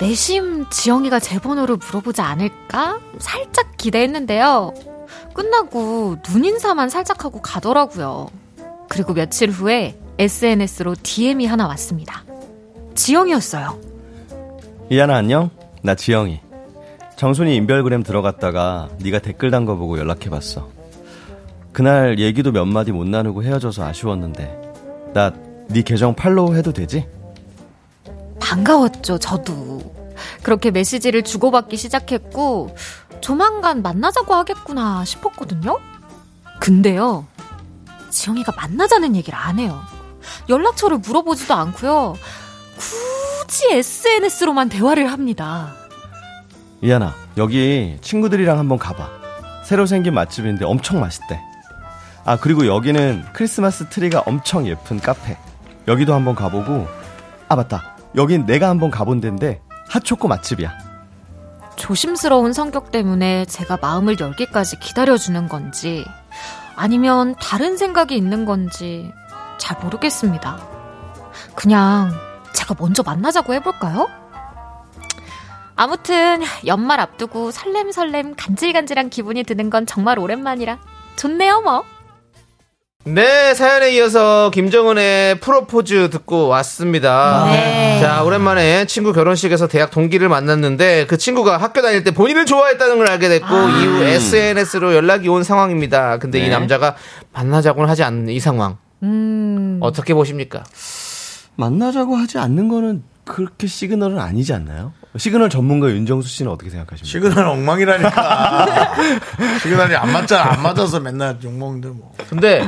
내심 지영이가 제 번호를 물어보지 않을까 살짝 기대했는데요. 끝나고 눈인사만 살짝 하고 가더라고요. 그리고 며칠 후에 SNS로 DM이 하나 왔습니다. 지영이었어요.
이하나 안녕? 나 지영이. 정순이 인별그램 들어갔다가 네가 댓글 단 거 보고 연락해봤어. 그날 얘기도 몇 마디 못 나누고 헤어져서 아쉬웠는데 나 네 계정 팔로우 해도 되지?
반가웠죠, 저도. 그렇게 메시지를 주고받기 시작했고, 조만간 만나자고 하겠구나 싶었거든요? 근데요, 지영이가 만나자는 얘기를 안 해요. 연락처를 물어보지도 않고요. 굳이 SNS로만 대화를 합니다.
이하나 여기 친구들이랑 한번 가봐 새로 생긴 맛집인데 엄청 맛있대 아 그리고 여기는 크리스마스 트리가 엄청 예쁜 카페 여기도 한번 가보고 아 맞다 여긴 내가 한번 가본 데인데 핫초코 맛집이야
조심스러운 성격 때문에 제가 마음을 열기까지 기다려주는 건지, 아니면 다른 생각이 있는 건지 잘 모르겠습니다. 그냥 제가 먼저 만나자고 해볼까요? 아무튼 연말 앞두고 설렘설렘 간질간질한 기분이 드는 건 정말 오랜만이라 좋네요 뭐.
네, 사연에 이어서 김정은의 프로포즈 듣고 왔습니다. 자, 오랜만에 친구 결혼식에서 대학 동기를 만났는데 그 친구가 학교 다닐 때 본인을 좋아했다는 걸 알게 됐고 이후 SNS로 연락이 온 상황입니다. 근데 이 남자가 만나자고는 하지 않는 이 상황. 어떻게 보십니까?
만나자고 하지 않는 거는 그렇게 시그널은 아니지 않나요? 시그널 전문가 윤정수 씨는 어떻게 생각하십니까?
시그널 엉망이라니까. 시그널이 안 맞잖아. 안 맞아서 맨날 욕먹는데 뭐.
근데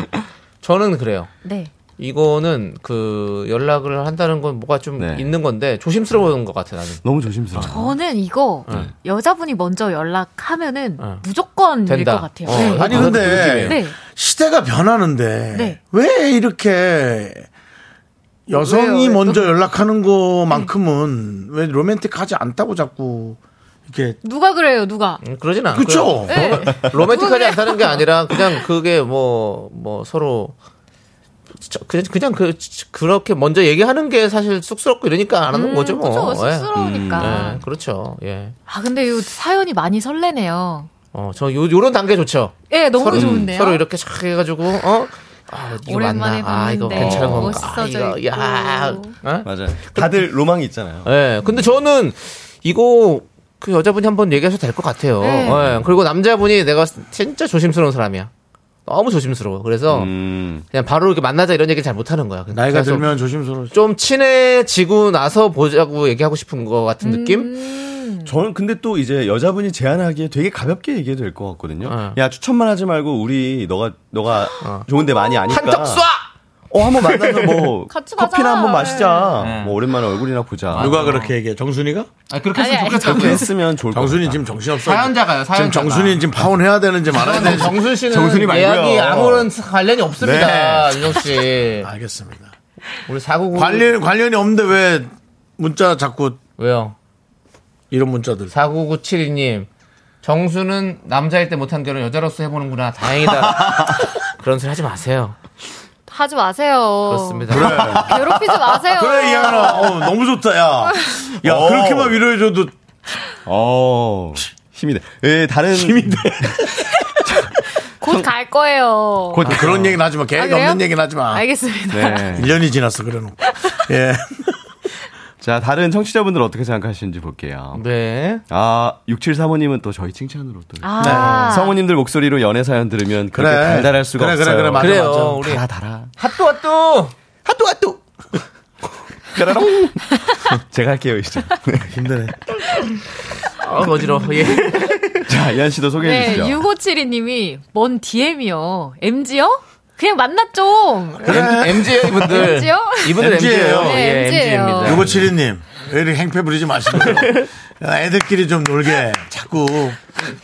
저는 그래요.
네.
이거는 그 연락을 한다는 건 뭐가 좀
네.
있는 건데 조심스러운 것 같아 나는.
너무 조심스러워
저는 이거
네.
여자분이 먼저 연락하면은
응.
무조건 될
네. 된다.
것 같아요.
어,
네.
아니
나도 그
근데
느낌이에요.
네.
시대가 변하는데
네.
왜 이렇게 여성이
왜요?
먼저 연락하는 것만큼은 왜 로맨틱하지 않다고 자꾸 이렇게
누가 그래요 누가?
음, 그러진
아,
않고요.
그쵸?
네.
로맨틱하지
그거는-
않다는 게 아니라 그냥 그게 뭐 뭐 서로 저- 그냥 그냥 그 그렇게 먼저 얘기하는 게 사실 쑥스럽고 이러니까 안 하는 거죠 뭐.
음, 그쵸,
예.
쑥스러우니까.
예, 그렇죠. 예.
아 근데 이 사연이 많이 설레네요.
어, 저 요, 요런 단계 좋죠.
예, 너무
서로,
좋은데요.
서로 이렇게 착 해가지고, 어? 아, 이거
오랜만에
맞나? 아, 이거
봤는데
괜찮은 건가? 아,
멋있어져
이거, 야.
있고.
어?
맞아요 다들 로망이 있잖아요
예. 근데 저는 이거 그 여자분이 한번 얘기하셔도 될 것 같아요.
네.
예, 그리고 남자분이 내가 진짜 조심스러운 사람이야. 너무 조심스러워. 그래서
음,
그냥 바로 이렇게 만나자 이런 얘기를 잘 못하는 거야. 그러니까
나이가
그래서
들면 조심스러워.
좀 친해지고 나서 보자고 얘기하고 싶은 것 같은 느낌?
음. 저는 근데 또 이제 여자분이 제안하기에 되게 가볍게 얘기해도 될 것 같거든요
네.
어.
야 추천만 하지 말고 우리 너가 너가
어.
좋은 데 많이 아니까
한턱 쏴!
어, 한번 만나서 뭐
같이 가자.
커피나 한번 마시자. 뭐 오랜만에 얼굴이나 보자.
네. 아, 누가 그렇게 얘기해? 정순이가?
아, 그렇게 했으면
그렇게
좋겠다고요.
했으면 좋을 것 같아요.
정순이 지금 정신없어.
사연자가요,
지금
사연자가.
정순이 지금 파혼해야 되는지 말아야 되는지.
정순 씨는
정순이 말고요.
예약이 아무런 관련이 없습니다. 윤정 씨.
알겠습니다.
우리 사구구
네. 아. 관련 관련이 없는데 왜 문자 자꾸
왜요?
이런 문자들?
4997이님. 정수는 남자일 때 못한 결혼 여자로서 해보는구나. 다행이다. 그런 소리 하지 마세요.
하지 마세요.
그렇습니다.
괴롭히지 마세요.
그래 이하나 어, 너무 좋다 야. 야
어.
그렇게만 위로해줘도
어. 힘이 돼. 예, 다른 힘이 돼.
곧 갈 거예요.
아, 그런 얘기는 하지 마. 계획
그래요? 아, 예.
없는 얘기는 하지 마.
알겠습니다.
네.
1년이 지났어 그래놓고. 예.
자, 다른 청취자분들 어떻게 생각하시는지 볼게요.
네.
아, 6735님은 또 저희 칭찬으로 또. 네.
아,
네,
성우님들 목소리로 연애 사연 들으면 그렇게
그래.
달달할 수가
그래, 그래,
없어요.
그래, 맞아.
그래요.
우리
우리
다 달아.
핫도 핫도! 핫도 핫도!
까라롱. 제가 할게요, 이제. 네. 힘드네.
어, 어지러워. 예.
자, 이한 씨도 소개해
네,
주시죠.
6572님이 뭔 DM이요? MG요? 그냥 만났죠.
MGA 분들.
MG요?
이분들
MG예요.
MG예요.
네,
예,
MG예요.
MG입니다.
요거 칠이님 왜 이렇게 행패 부리지 마시고 애들끼리 좀 놀게 자꾸.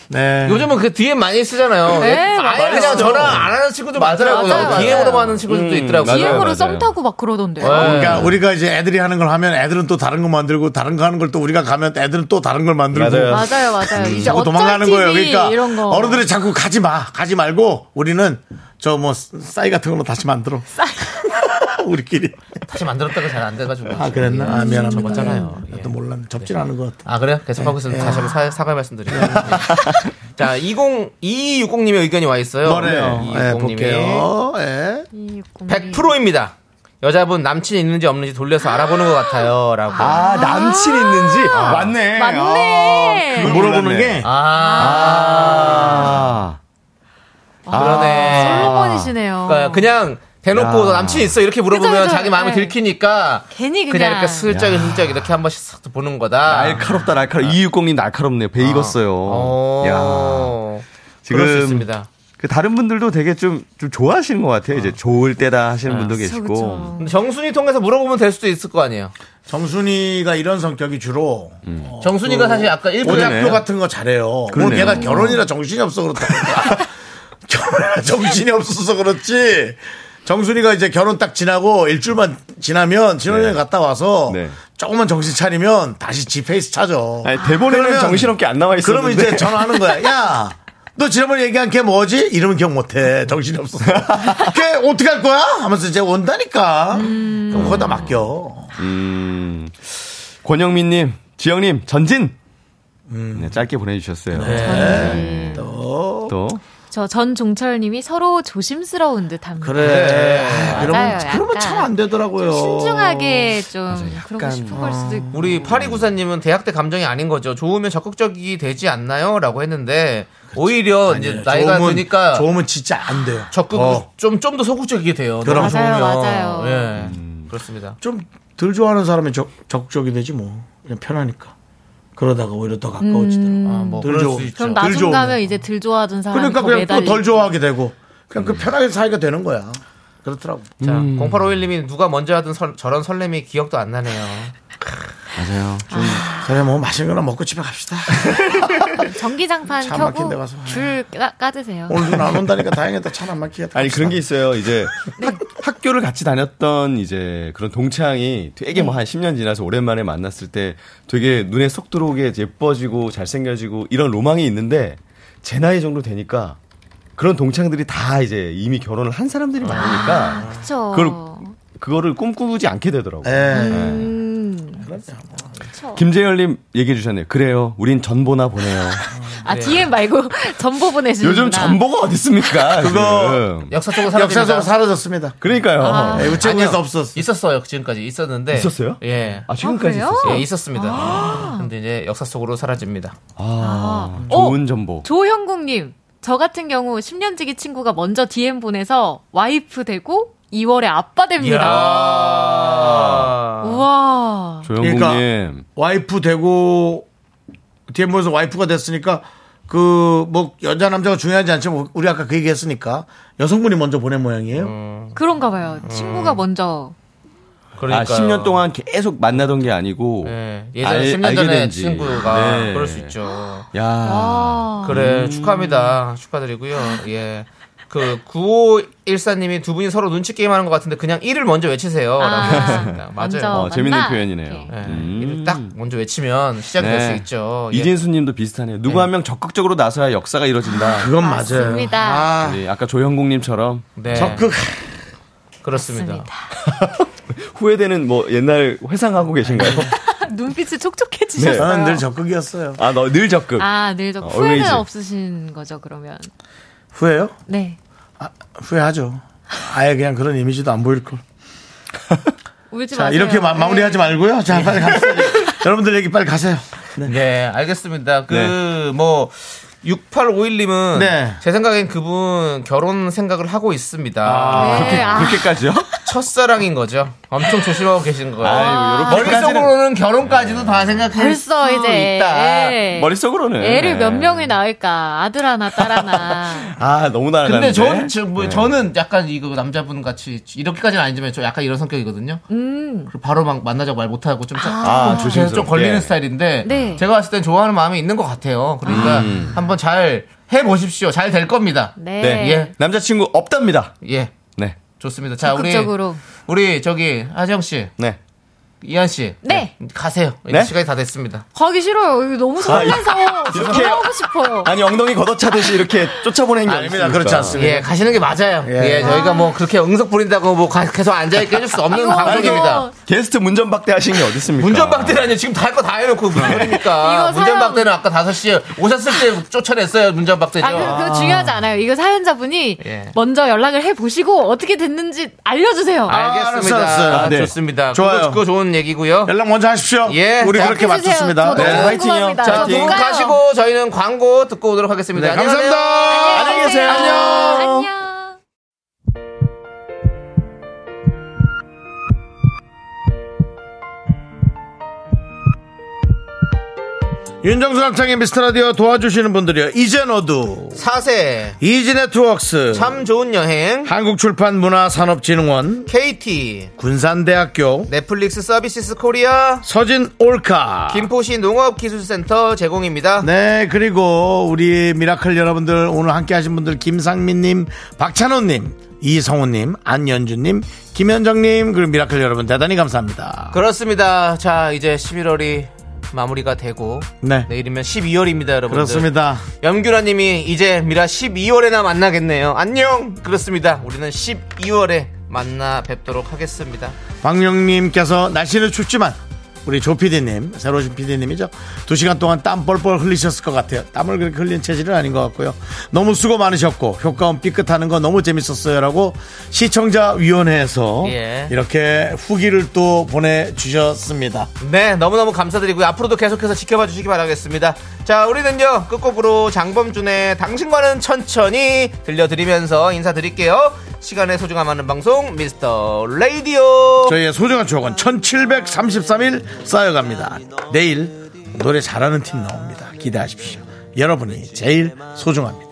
네.
요즘은 그 DM 많이 쓰잖아요.
네,
아예
맞아요.
그냥 전화 안 하는 친구도
맞아요,
많더라고요. 음,
맞아요.
DM으로만 하는 친구들도 있더라고요.
맞아요,
DM으로
맞아요.
썸 타고 막 그러던데요.
네.
그러니까 우리가 이제 애들이 하는 걸 하면 애들은 또 다른 거 만들고 다른 거 하는 걸 또 우리가 가면 애들은 또 다른 걸 만들고
맞아요.
맞아요, 맞아요. 이제
자꾸
어쩔
음, 도망가는 거예요.
TV
그러니까
이런 거.
어른들이 자꾸 가지 마, 가지 말고 우리는 저 뭐 싸이 같은 걸로 다시 만들어. 우리끼리.
다시 만들었다가 잘 안 돼가지고.
아 그랬나? 아 미안합니다.
적었잖아요.
나
예.
또 몰랐네. 접질 않은 것 같아.
아 그래요? 계속하고 있으면
네.
다시 한번 사, 사과 말씀드리고요. 예. 자, 202260님의 의견이 와 있어요.
뭐래요?
네,
예,
2260 님이.
볼게요. 예.
100%입니다. 여자분 남친 있는지 없는지 돌려서 알아보는 것 같아요라고. 아,
아, 남친 있는지? 맞네.
아, 맞네.
그걸
아,
물어보는
몰랐네.
게
아.
그러네.
계시네요.
그러니까 그냥 대놓고
야.
남친 있어 이렇게 물어보면
그죠, 그죠.
자기 마음에
네.
들키니까
괜히 그냥.
그냥 이렇게 슬쩍 슬쩍 이렇게 한 번씩 싹 보는 거다.
아, 날카롭다, 날카롭. 260님 날카롭네요. 배 익었어요. 야.
어. 그럴 수 있습니다.
그 다른 분들도 되게 좀, 좀 좋아하시는 것 같아요. 이제 좋을 때다 하시는 분도 계시고.
어. 아, 그쵸.
근데 정순이 통해서 물어보면 될 수도 있을 거 아니에요.
정순이가 이런 성격이 주로
어.
정순이가 사실 아까 1분
그러네.
오작교 같은 거 잘해요. 뭐
음. 그러네요. 어.
걔가 결혼이라 정신이 없어 그렇다. 결혼이라 정신이 없어서 그렇지. 정순이가 이제 결혼 딱 지나고 일주일만 지나면 신혼여행
네.
갔다 와서
네.
조금만 정신 차리면 다시 지 페이스 찾아.
아니, 대본에는
그러면-
정신없게 안 나와 있었는데.
그러면 이제 전화하는 거야. 야, 너 지난번에 얘기한 걔 뭐지? 이름은 기억 못해. 정신이 없어서. 걔 어떻게 할 거야? 하면서 이제 온다니까. 그럼 거기다 맡겨.
음. 권영민님, 지영님, 전진!
음.
네, 짧게 보내주셨어요. 네. 또.
저 전 종철님이 서로 조심스러운 듯합니다.
그래.
맞아요.
이러면, 그러면
약간
참 안 되더라고요.
신중하게 좀 그러고 싶은
어.
걸 수도 있고.
음,
우리 파리구사님은 대학 때 감정이 아닌 거죠. 좋으면 적극적이 되지 않나요? 라고 했는데, 오히려
네,
이제 나이가
좋으면-
드니까
좋으면 진짜 안 돼요.
적극,
어.
좀, 좀 더 소극적이게 돼요.
그럼. 음.
너무
맞아요,
좋으면.
맞아요.
예. 그렇습니다.
좀 덜 좋아하는 사람이 적, 적극적이 되지 뭐. 그냥 편하니까. 그러다가 오히려 더 가까워지더라고.
아, 뭐,
덜
그럴
좋은-
수 있죠.
그럼
나- 덜
나중
좋으면.
가면 이제 들 음. 좋아하던 사람
그러니까 그냥
매달리.
또 덜 좋아하게 되고. 그냥 그 편하게 사이가 되는 거야. 그렇더라고.
자, 0851님이 누가 먼저 하던 설- 저런 설렘이 기억도 안 나네요.
맞아요. 좀
그래 뭐 맛있는 거나 먹고 집에 갑시다.
전기장판
차 막힌 데
켜고
가서.
줄 까, 까드세요.
오늘도 안 온다니까 다행이다. 차 안 막히겠다.
아니 그런 게 있어요. 이제 학, 학교를 같이 다녔던 이제 그런 동창이 되게 뭐 한 10년 지나서 오랜만에 만났을 때 되게 눈에 쏙 들어오게 예뻐지고 잘생겨지고 이런 로망이 있는데 제 나이 정도 되니까 그런 동창들이 다 이제 이미 결혼을 한 사람들이 많으니까
그쵸.
그걸- 그거를 꿈꾸지 않게 되더라고요.
예.
음.
김재열님 얘기해 주셨네요. 그래요. 우린 전보나 보내요.
아
네.
DM 말고 전보 보내주는
요즘 전보가 어딨습니까?
그거-
지금.
역사 속으로
역사 속으로
사라집니다.
사라졌습니다.
그러니까요. 아,
예, 우체국에서 없었어.
있었어요, 지금까지. 있었는데.
있었어요?
예.
아 지금까지
아, 그래요?
있었어요.
예, 있었습니다.
아.
근데 이제 역사 속으로 사라집니다.
아,
아.
좋은
어?
전보.
조형국님 저 같은 경우 10년지기 친구가 먼저 DM 보내서 와이프 되고 2월에 아빠 됩니다.
이야.
아,
우와.
조영국님.
그러니까 와이프 되고 뒤에 모여서 와이프가 됐으니까 그 뭐 여자 남자가 중요하지 않지만 우리 아까 그 얘기했으니까 여성분이 먼저 보낸 모양이에요.
음. 그런가 봐요.
음.
친구가 먼저
그러니까요.
아, 10년 동안 계속 만나던 게 아니고.
예,
알-
예전에 10년
알게
전에
된 지.
친구가
네.
그럴 수 있죠.
야. 아,
와.
그래, 축하합니다. 축하드리고요. 예. 그 9514님이 두 분이 서로 눈치 게임 하는 것 같은데 그냥 1을 먼저 외치세요. 라고 했습니다. 맞아요.
먼저
어, 재밌는
만나.
표현이네요.
이렇게.
예,
음. 네.
일을 딱 먼저 외치면 시작이 될 수 있죠. 예.
이진수님도 비슷하네요. 누구 한 명 적극적으로 나서야 역사가 이루어진다.
그건
맞습니다.
네. 맞아요. 아,
우리 아까 조형국님처럼
네,
그
적극
그렇습니다.
후회되는 뭐 옛날 회상하고 계신가요?
눈빛이 촉촉해지셨어요.
저는 늘 적극이었어요.
아, 너 늘 적극.
아, 늘 좀
네. 어,
후회는
always.
없으신 거죠, 그러면.
후회요?
네.
후회하죠. 아예 그냥 그런 이미지도 안 보일 걸.
울지
자
마세요.
이렇게 마,
네.
무리하지 말고요. 자 빨리 가세요. 여러분들 얘기 빨리 가세요.
네, 알겠습니다. 그
네.
뭐 6851님은
네.
제 생각엔 그분 결혼 생각을 하고 있습니다.
네, 아,
그렇게까지요?
첫사랑인 거죠. 엄청 조심하고 계신 거예요.
아유, 요렇게까지는.
머릿속으로는 결혼까지도 다 생각할
벌써
수
이제
아, 있다.
예.
머릿속으로는.
애를 몇
네.
명을 낳을까? 아들 하나, 딸 하나.
아, 너무 날아가는데.
근데 전, 저, 뭐,
네.
저는 약간 이거 남자분 같이 이렇게까지는 아니지만 저 약간 이런 성격이거든요.
음.
그리고 바로 막 만나자고 말 못하고 좀, 짜-
아,
좀 계속 좀
조심스럽게.
걸리는 스타일인데
네.
제가 봤을 땐 좋아하는 마음이 있는 것 같아요. 그러니까
음.
한번 잘 해보십시오. 잘 될 겁니다.
네.
네.
예.
남자친구 없답니다.
예.
네.
좋습니다. 자, 우리,
적극적으로.
우리 저기 하정 씨,
네.
이한 씨.
네.
가세요. 이제
네?
시간이 다 됐습니다.
가기 싫어요. 여기 너무 설레서
아, 이렇게-
돌아오고 싶어요.
아니, 엉덩이 걷어차듯이 이렇게 쫓아보낸 게
아닙니다.
어딨습니까?
그렇지 않습니다.
예, 가시는 게 맞아요. 예, 저희가 뭐 그렇게 응석 부린다고 뭐 가- 계속 앉아있게 해줄 수 없는 방송입니다.
이거
게스트 문전박대 하신 게 어딨습니까?
문전박대는 아니요 지금 다 할 거 다 해놓고 무슨 소리입니까?
이거 사연-
문전박대는 아까 5시에 오셨을 때 쫓아냈어요, 문전박대죠.
아, 그, 그거 중요하지 않아요. 이거 사연자분이
예.
먼저 연락을 해보시고 어떻게 됐는지 알려주세요.
아,
알겠습니다.
알았어요, 알았어요.
아,
네.
좋습니다.
좋아요.
그거, 그거 좋은 얘기고요.
연락 먼저 하십시오.
예.
우리
자,
그렇게
해주세요.
맞췄습니다.
저
네.
너무
화이팅이요.
궁금합니다.
자,
저
딩
돈
뭔가요?
가시고 저희는 광고 듣고 오도록 하겠습니다.
네,
안녕하세요.
감사합니다.
네, 안녕히
안녕히 계세요.
안녕. 안녕.
윤정수 남창의 미스터라디오 도와주시는 분들이요. 이젠어두
사세
이지네트웍스
참 좋은 여행
한국출판문화산업진흥원
KT
군산대학교
넷플릭스 서비스 코리아
서진 올카
김포시 농업기술센터 제공입니다.
네, 그리고 우리 미라클 여러분들 오늘 함께 하신 분들 김상민님, 박찬호님, 이성우님, 안연주님, 김현정님, 그리고 미라클 여러분 대단히 감사합니다.
그렇습니다. 자 이제 11월이 마무리가 되고
네.
내일이면 12월입니다, 여러분.
그렇습니다.
염규라님이 이제 미라 12월에나 만나겠네요. 안녕. 그렇습니다. 우리는 12월에 만나 뵙도록 하겠습니다.
박명님께서 날씨는 춥지만 우리 조 PD님, 새로 오신 PD님이죠. 두 시간 동안 땀 뻘뻘 흘리셨을 것 같아요. 땀을 그렇게 흘린 체질은 아닌 것 같고요. 너무 수고 많으셨고 효과음 삐끗하는 거 너무 재밌었어요라고 시청자위원회에서
예.
이렇게 후기를 또 보내주셨습니다.
네, 너무너무 감사드리고요. 앞으로도 계속해서 지켜봐 주시기 바라겠습니다. 자, 우리는요, 끝곡으로 장범준의 당신과는 천천히 들려드리면서 인사드릴게요. 시간의 소중함 하는 방송, 미스터 레이디오.
저희의 소중한 추억은 1733일 쌓여갑니다. 내일 노래 잘하는 팀 나옵니다. 기대하십시오. 여러분이 제일 소중합니다.